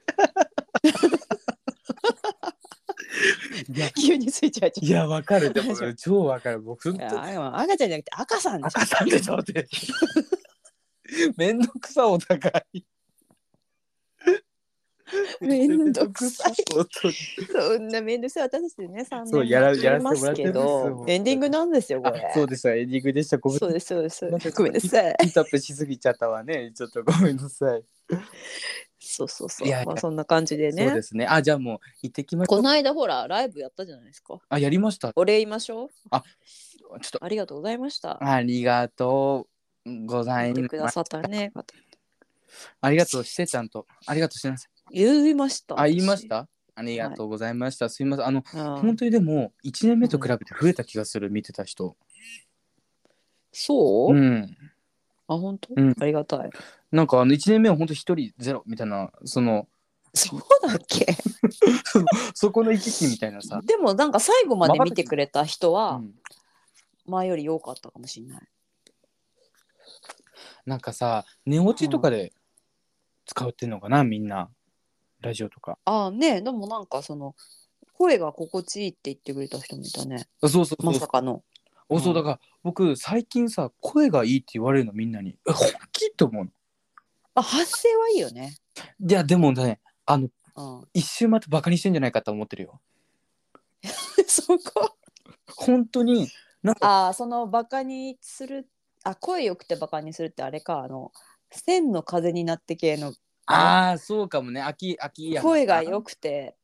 Speaker 1: いや
Speaker 2: 急についちゃう
Speaker 1: い
Speaker 2: じゃん
Speaker 1: やわかるでも俺超わかる僕本
Speaker 2: いや
Speaker 1: 当に
Speaker 2: でも赤ちゃんじゃなくて赤さんでしょ
Speaker 1: 赤さんでしょってめんどくさお互い
Speaker 2: めんどくさい
Speaker 1: 本当に
Speaker 2: そんな面倒くさい私たちね、3
Speaker 1: そう
Speaker 2: 年
Speaker 1: やら
Speaker 2: やってま
Speaker 1: やらせてもら
Speaker 2: す
Speaker 1: って
Speaker 2: け
Speaker 1: るんですよ
Speaker 2: ど、エンディングなんですよ、これ
Speaker 1: あ。 そうでしたエンディングでしたごめん
Speaker 2: そう
Speaker 1: な
Speaker 2: です、そうです
Speaker 1: なんか。
Speaker 2: ごめんなさい。
Speaker 1: ピットアップしすぎちゃったわねちょっとごめんなさい、
Speaker 2: そうそうそう。
Speaker 1: いやいや
Speaker 2: まあ、そんな感じで
Speaker 1: そうで
Speaker 2: ね。
Speaker 1: すねあじゃあもう行ってきましょう
Speaker 2: この間、ほら、ライブやったじゃないですか。
Speaker 1: あやりましたちょ
Speaker 2: お礼言いましょう。
Speaker 1: っと
Speaker 2: ありがとうございました。
Speaker 1: ありがとうござい
Speaker 2: 見てく
Speaker 1: ま
Speaker 2: だ
Speaker 1: す
Speaker 2: さったね。
Speaker 1: ありがとうしてちゃんとありがとうしてなさい
Speaker 2: 言いました。
Speaker 1: あ、言いましたありがとうございました。すいません。あの、
Speaker 2: 私。う
Speaker 1: 本
Speaker 2: ん
Speaker 1: 当にでも、1年目と比べて増えた気がする、見てた人。
Speaker 2: そううあ、
Speaker 1: ん。
Speaker 2: 本当
Speaker 1: うん
Speaker 2: ありがたい。
Speaker 1: なんか、あの、1年目は本当1人ゼロみたいな、その、
Speaker 2: そうだっけ
Speaker 1: そこの行き来みたいなさ。
Speaker 2: でも、なんか最後まで見てくれた人
Speaker 1: う
Speaker 2: は、
Speaker 1: ん
Speaker 2: 前より良かったかもしれない。
Speaker 1: なんかさ、寝落ちとかで使うってんのかな、みんな。ラジオとか。
Speaker 2: ああ、ねでもなんかその、声が心地いいって言ってくれた人もいたね。
Speaker 1: あそうそうそ
Speaker 2: ま
Speaker 1: う。
Speaker 2: さかの。
Speaker 1: おそうだから、僕、最近さ、声がいいって言われるの、みんなに。え本気って思うの。
Speaker 2: あ、発声はいいよね。
Speaker 1: いや、でもね、あの、
Speaker 2: うん。
Speaker 1: 一周待ってバカにしてんじゃないかと思ってるよ。
Speaker 2: そこ。
Speaker 1: 本当に、なんか、
Speaker 2: あー、そのバカにする。あ、声よくてバカにするってあれか、あの。線の風になって系の
Speaker 1: ああ、そうかもね。秋、秋や。
Speaker 2: 声が良くて。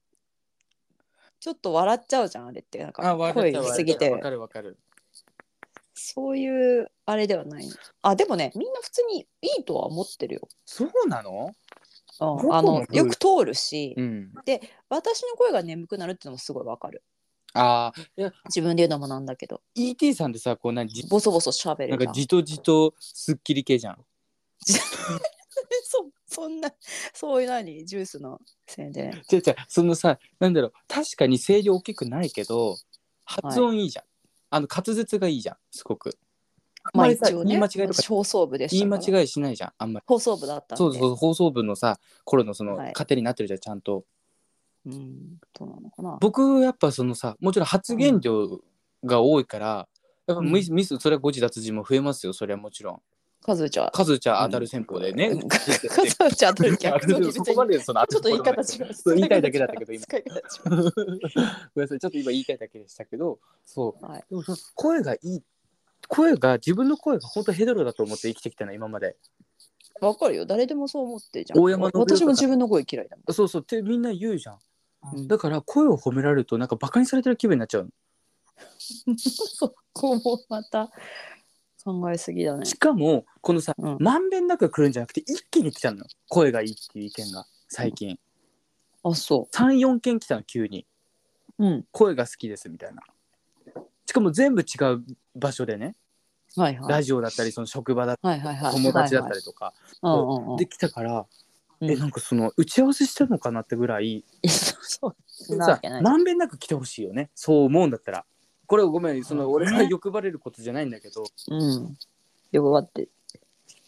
Speaker 2: ちょっと笑っちゃうじゃん、あれって、なん
Speaker 1: あ、
Speaker 2: か
Speaker 1: わかっ
Speaker 2: 声
Speaker 1: た
Speaker 2: 良
Speaker 1: わか
Speaker 2: す
Speaker 1: っ
Speaker 2: ぎ
Speaker 1: たわ
Speaker 2: て。
Speaker 1: かるわかる。
Speaker 2: そういうあれではない。あ、でもね、みんな普通にいいとは思ってるよ。
Speaker 1: そうなの？
Speaker 2: う
Speaker 1: 僕
Speaker 2: ん、あ
Speaker 1: も
Speaker 2: の、よく通るし、
Speaker 1: うん。
Speaker 2: 私の声が眠くなるっていうのもすごいわかる。
Speaker 1: ああ、いや、
Speaker 2: 自分で言うのもなんだけど、
Speaker 1: E.T. さんってさ、こうなんじ、
Speaker 2: ボソボソ喋
Speaker 1: なん
Speaker 2: るじ
Speaker 1: か
Speaker 2: ゃん。
Speaker 1: じとじとすっきり系じゃん。
Speaker 2: そそんなそういう何ジュースの宣伝
Speaker 1: じゃじゃそのさ、なんだろう、確かに声量大きくないけど、発音いいじゃん。あの滑舌がいいじゃんすごく
Speaker 2: まあ
Speaker 1: あんまりさ
Speaker 2: 一応ね
Speaker 1: 言い間違いとか
Speaker 2: 放送部でし
Speaker 1: 言い
Speaker 2: た
Speaker 1: 間
Speaker 2: から
Speaker 1: 違いしないじゃんあんまり
Speaker 2: 放送部だったんで
Speaker 1: そうそうそう放送部のさ頃のその、
Speaker 2: はい
Speaker 1: 糧になってるじゃんちゃんと
Speaker 2: うんどうなのかな
Speaker 1: 僕やっぱそのさもちろん発言量が多いから、やっぱミスミスそれは誤字脱字も増えますよそれはもちろん
Speaker 2: カズーちゃん
Speaker 1: 数じゃ当たる戦法でね、
Speaker 2: うんカズーちゃんと逆の
Speaker 1: そこまでその
Speaker 2: ちょっと言い方違う
Speaker 1: そう言いたいだけだったけど今
Speaker 2: 使い方違う
Speaker 1: ごめんなさいちょっと今言いたいだけでしたけどそう、
Speaker 2: はい
Speaker 1: でもその声がいい声が自分の声が本当ヘドロだと思って生きてきたの今まで
Speaker 2: わかるよ誰でもそう思ってるじゃん
Speaker 1: 大山の
Speaker 2: 私も自分の声嫌いだもん
Speaker 1: そうそうってみんな言うじゃん、
Speaker 2: うん
Speaker 1: だから声を褒められるとなんかバカにされてる気分になっちゃうの
Speaker 2: そこもまた考えすぎだね
Speaker 1: し。かもこのさ
Speaker 2: うん、
Speaker 1: まんべんなく来るんじゃなくて一気に来たの声がいいっていう意見が最近
Speaker 2: あそ
Speaker 1: 34件来たの急に
Speaker 2: う。うん。
Speaker 1: 声が好きですみたいなしかも全部違う場所でね、
Speaker 2: はいはい。
Speaker 1: ラジオだったりその職場だった
Speaker 2: はいはいはい。
Speaker 1: り友達だった
Speaker 2: り。
Speaker 1: りとか、
Speaker 2: うんうんうん。
Speaker 1: できたから、
Speaker 2: うん
Speaker 1: えなんかその打ち合わせしてるのかなってぐらい
Speaker 2: いやそう そう。そんなわ
Speaker 1: さ
Speaker 2: けない。
Speaker 1: まんべんなく来てほしいよねそう思うんだったらこれごめんその
Speaker 2: うん
Speaker 1: 俺が欲張れることじゃないんだけど
Speaker 2: うん。よくわって。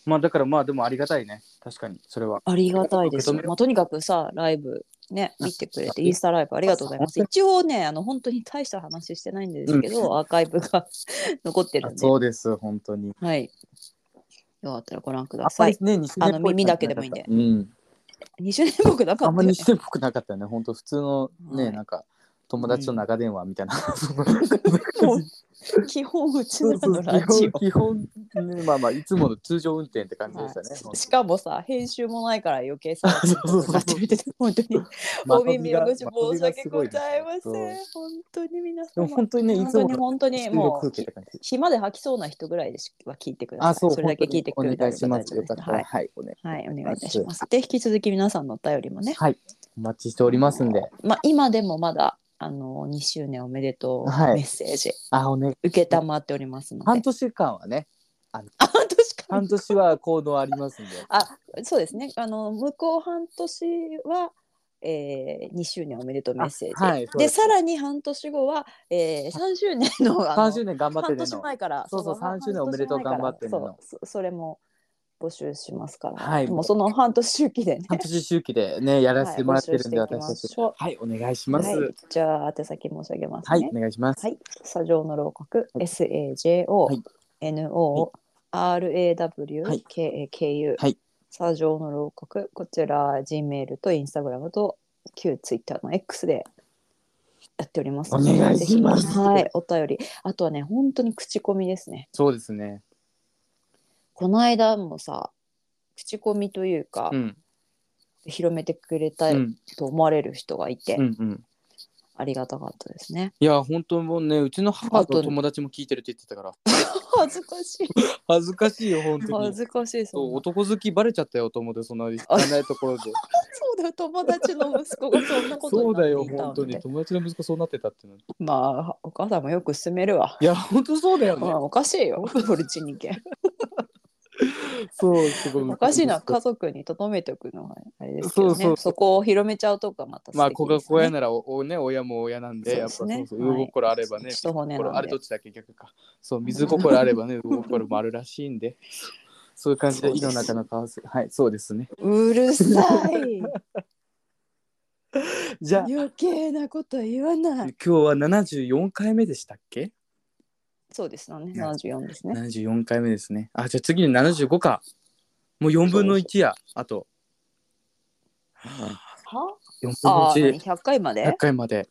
Speaker 1: まあだからまあでもありがたいね確かにそれは
Speaker 2: ありがたいです
Speaker 1: 受け止
Speaker 2: よ
Speaker 1: め。よう
Speaker 2: まあ、とにかくさ、ライブ。ね、見てくれて、
Speaker 1: うん
Speaker 2: インスタライブありがとうございます。
Speaker 1: うん
Speaker 2: 一応ね、あの本当に大した話してないんですけど、アーカイブが 残ってるんで、
Speaker 1: うです本当に
Speaker 2: はい。よかったらご覧くだ
Speaker 1: あ
Speaker 2: さい。
Speaker 1: ね西
Speaker 2: あの耳だけでもいいんで
Speaker 1: うん
Speaker 2: 20年僕なか
Speaker 1: あ
Speaker 2: っ
Speaker 1: んま
Speaker 2: た
Speaker 1: り
Speaker 2: よね
Speaker 1: 西点っぽくなかったよね本当普通のね、
Speaker 2: はい
Speaker 1: なんか友達と長電話みたいな、
Speaker 2: もう基本うち
Speaker 1: そ
Speaker 2: の
Speaker 1: うそう
Speaker 2: ラジオ。
Speaker 1: 基本基本、ね、まあまあいつもの通常運転って感じでしたね、
Speaker 2: はいしかもさ編集もないから余計さ
Speaker 1: そうそうそう
Speaker 2: なってみてて本当に
Speaker 1: まあ
Speaker 2: お耳汚し申し訳ございませ
Speaker 1: そうで
Speaker 2: ん本当に皆
Speaker 1: も
Speaker 2: 様
Speaker 1: 本当にねい
Speaker 2: 本
Speaker 1: つ
Speaker 2: 当
Speaker 1: も
Speaker 2: に
Speaker 1: の
Speaker 2: 本当にもう
Speaker 1: 空気って感じ
Speaker 2: 暇で吐きそうな人ぐらいでしは聞いてください
Speaker 1: あそう
Speaker 2: れだけ聞いてくれ
Speaker 1: お
Speaker 2: た
Speaker 1: 願い
Speaker 2: ら
Speaker 1: しますよかった
Speaker 2: は
Speaker 1: ら
Speaker 2: い、
Speaker 1: はいお願い
Speaker 2: はい、お願いいたしますで引き続き皆さんのお便りもね、
Speaker 1: はいお待ちしておりますんで
Speaker 2: まあ、今でもまだあの2周年おめでとう
Speaker 1: はい
Speaker 2: メッセージ、
Speaker 1: あおね
Speaker 2: 受けたまっておりますので
Speaker 1: 半年間はね
Speaker 2: あ半年か
Speaker 1: 半年は行動ありますんで
Speaker 2: あそうですね。あの向こう半年は、えー、2周年おめでとうメッセージ。
Speaker 1: あはいそう
Speaker 2: で
Speaker 1: です
Speaker 2: さらに半年後は、えー、3周年のあの
Speaker 1: 3周年頑張ってね
Speaker 2: 半年
Speaker 1: の
Speaker 2: 前から
Speaker 1: そうそう
Speaker 2: 半
Speaker 1: 3周年おめでとう頑張ってね
Speaker 2: 半
Speaker 1: の
Speaker 2: 年前からそうそそれも募集しますから、
Speaker 1: はい
Speaker 2: もうその半年周期でね。
Speaker 1: 半年周期でねやらせてもらってるんで、
Speaker 2: はい募集
Speaker 1: 私たち
Speaker 2: していきましょう
Speaker 1: はいお願いします
Speaker 2: は
Speaker 1: はいい、、
Speaker 2: じゃあ宛先申し上げますね。
Speaker 1: お願いします、
Speaker 2: はい、砂上の楼閣、
Speaker 1: はい
Speaker 2: SAJO、NO、
Speaker 1: はい
Speaker 2: RAW、KAKU、
Speaker 1: はい
Speaker 2: 砂上の楼閣、こちら Gmail と Instagram と旧 Twitter の X でやっておりますので
Speaker 1: お願いします
Speaker 2: ぜひはい、お便り。あとはね、本当に口コミですね。
Speaker 1: そうですね
Speaker 2: この間もさ、口コミというか、
Speaker 1: うん
Speaker 2: 広めてくれた
Speaker 1: う
Speaker 2: い
Speaker 1: ん
Speaker 2: と思われる人がいて、
Speaker 1: うんうん
Speaker 2: ありがたかったですね。
Speaker 1: いや本当もうねうちの母
Speaker 2: あと
Speaker 1: と友達も聞いてるって言ってたから
Speaker 2: 恥ずかしい。
Speaker 1: 恥ずかしいよ本当
Speaker 2: 恥
Speaker 1: に
Speaker 2: ずかしいそんな
Speaker 1: そう男好きバレちゃったよと思ってそんな汚いところで
Speaker 2: そうだよ友達の息子がそんなこと
Speaker 1: そう
Speaker 2: にな
Speaker 1: だ
Speaker 2: っていた
Speaker 1: よ
Speaker 2: ので
Speaker 1: 本当に友達の息子そうなってたっていうの
Speaker 2: まあお母さんもよく勧めるわ、
Speaker 1: いや本当そうだよ
Speaker 2: ま
Speaker 1: ね
Speaker 2: あ、おかしいよポルチニケ
Speaker 1: そうすごい
Speaker 2: おかしいな家族にとどめておくのはあれですけどね
Speaker 1: そ
Speaker 2: そう
Speaker 1: そう
Speaker 2: こを広めちゃうとかまた
Speaker 1: まあ
Speaker 2: 子
Speaker 1: 子が子やならおおね親も親なんで
Speaker 2: そう
Speaker 1: や
Speaker 2: で
Speaker 1: っぱそう
Speaker 2: すね
Speaker 1: そう魚心あればね
Speaker 2: ちょっと骨なんで
Speaker 1: 心あれどっちだっけ逆かそう水心あればね魚心もあるらしいん でそういう感じで井の中のカワはいそうですね
Speaker 2: うるさい
Speaker 1: じゃあ
Speaker 2: 余計なことは言わな
Speaker 1: 今
Speaker 2: い
Speaker 1: 日は74回目でしたっけ
Speaker 2: そうですよね74ですね
Speaker 1: 74回目ですね。あ、じゃあ次に75か。もう4分の1や、あと。
Speaker 2: は
Speaker 1: 4分
Speaker 2: あ
Speaker 1: の
Speaker 2: あ
Speaker 1: 1、
Speaker 2: 100回まで
Speaker 1: 100回まで。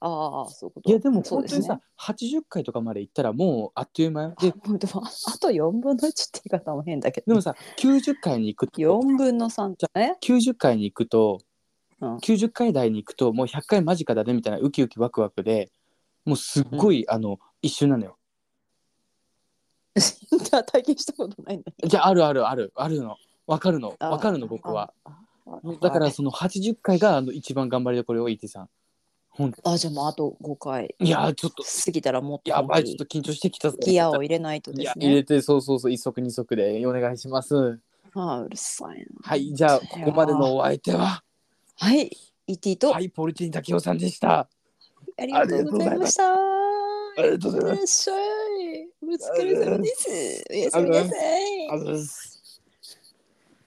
Speaker 2: ああそういうこと
Speaker 1: いや、でも
Speaker 2: そう
Speaker 1: 本
Speaker 2: で
Speaker 1: 当
Speaker 2: す
Speaker 1: に
Speaker 2: ね
Speaker 1: さ、80回とかまで行ったらもうあっという間よで、
Speaker 2: 本当はあと4分の1って言い方も変だけ
Speaker 1: で
Speaker 2: ど
Speaker 1: もさ、90回に行くと、
Speaker 2: 4分の3え
Speaker 1: 90回に行くと、
Speaker 2: うん
Speaker 1: 90回台に行くと、もう100回間近だねみたいなウキウキワクワクで、もうすっごい、あの、一瞬なのよ。
Speaker 2: 体験したことないんだけど
Speaker 1: じゃあ、あるあるある、あるの。わかるの。わかるの、僕は。。
Speaker 2: あ
Speaker 1: だから、その80回があの一番頑張りどころよ、イテさん。本当
Speaker 2: あ、じゃあもうあと5回
Speaker 1: いやーちょっと
Speaker 2: 過ぎたらもっと
Speaker 1: やばいちょっと緊張してきたぞ
Speaker 2: ギアを入れないと
Speaker 1: い
Speaker 2: で
Speaker 1: や
Speaker 2: す
Speaker 1: 入
Speaker 2: ね。
Speaker 1: れてそうそうそう一足二足でお願いします
Speaker 2: ああ、うるさいな。
Speaker 1: はいじゃあここまでのお相手は
Speaker 2: はい、ET と、
Speaker 1: はいポルティン竹雄さんでした
Speaker 2: ありがとうございました。あ
Speaker 1: りがとうございます
Speaker 2: いらっしゃい。お疲れ様です。おやすみなさい。
Speaker 1: ありがとうございます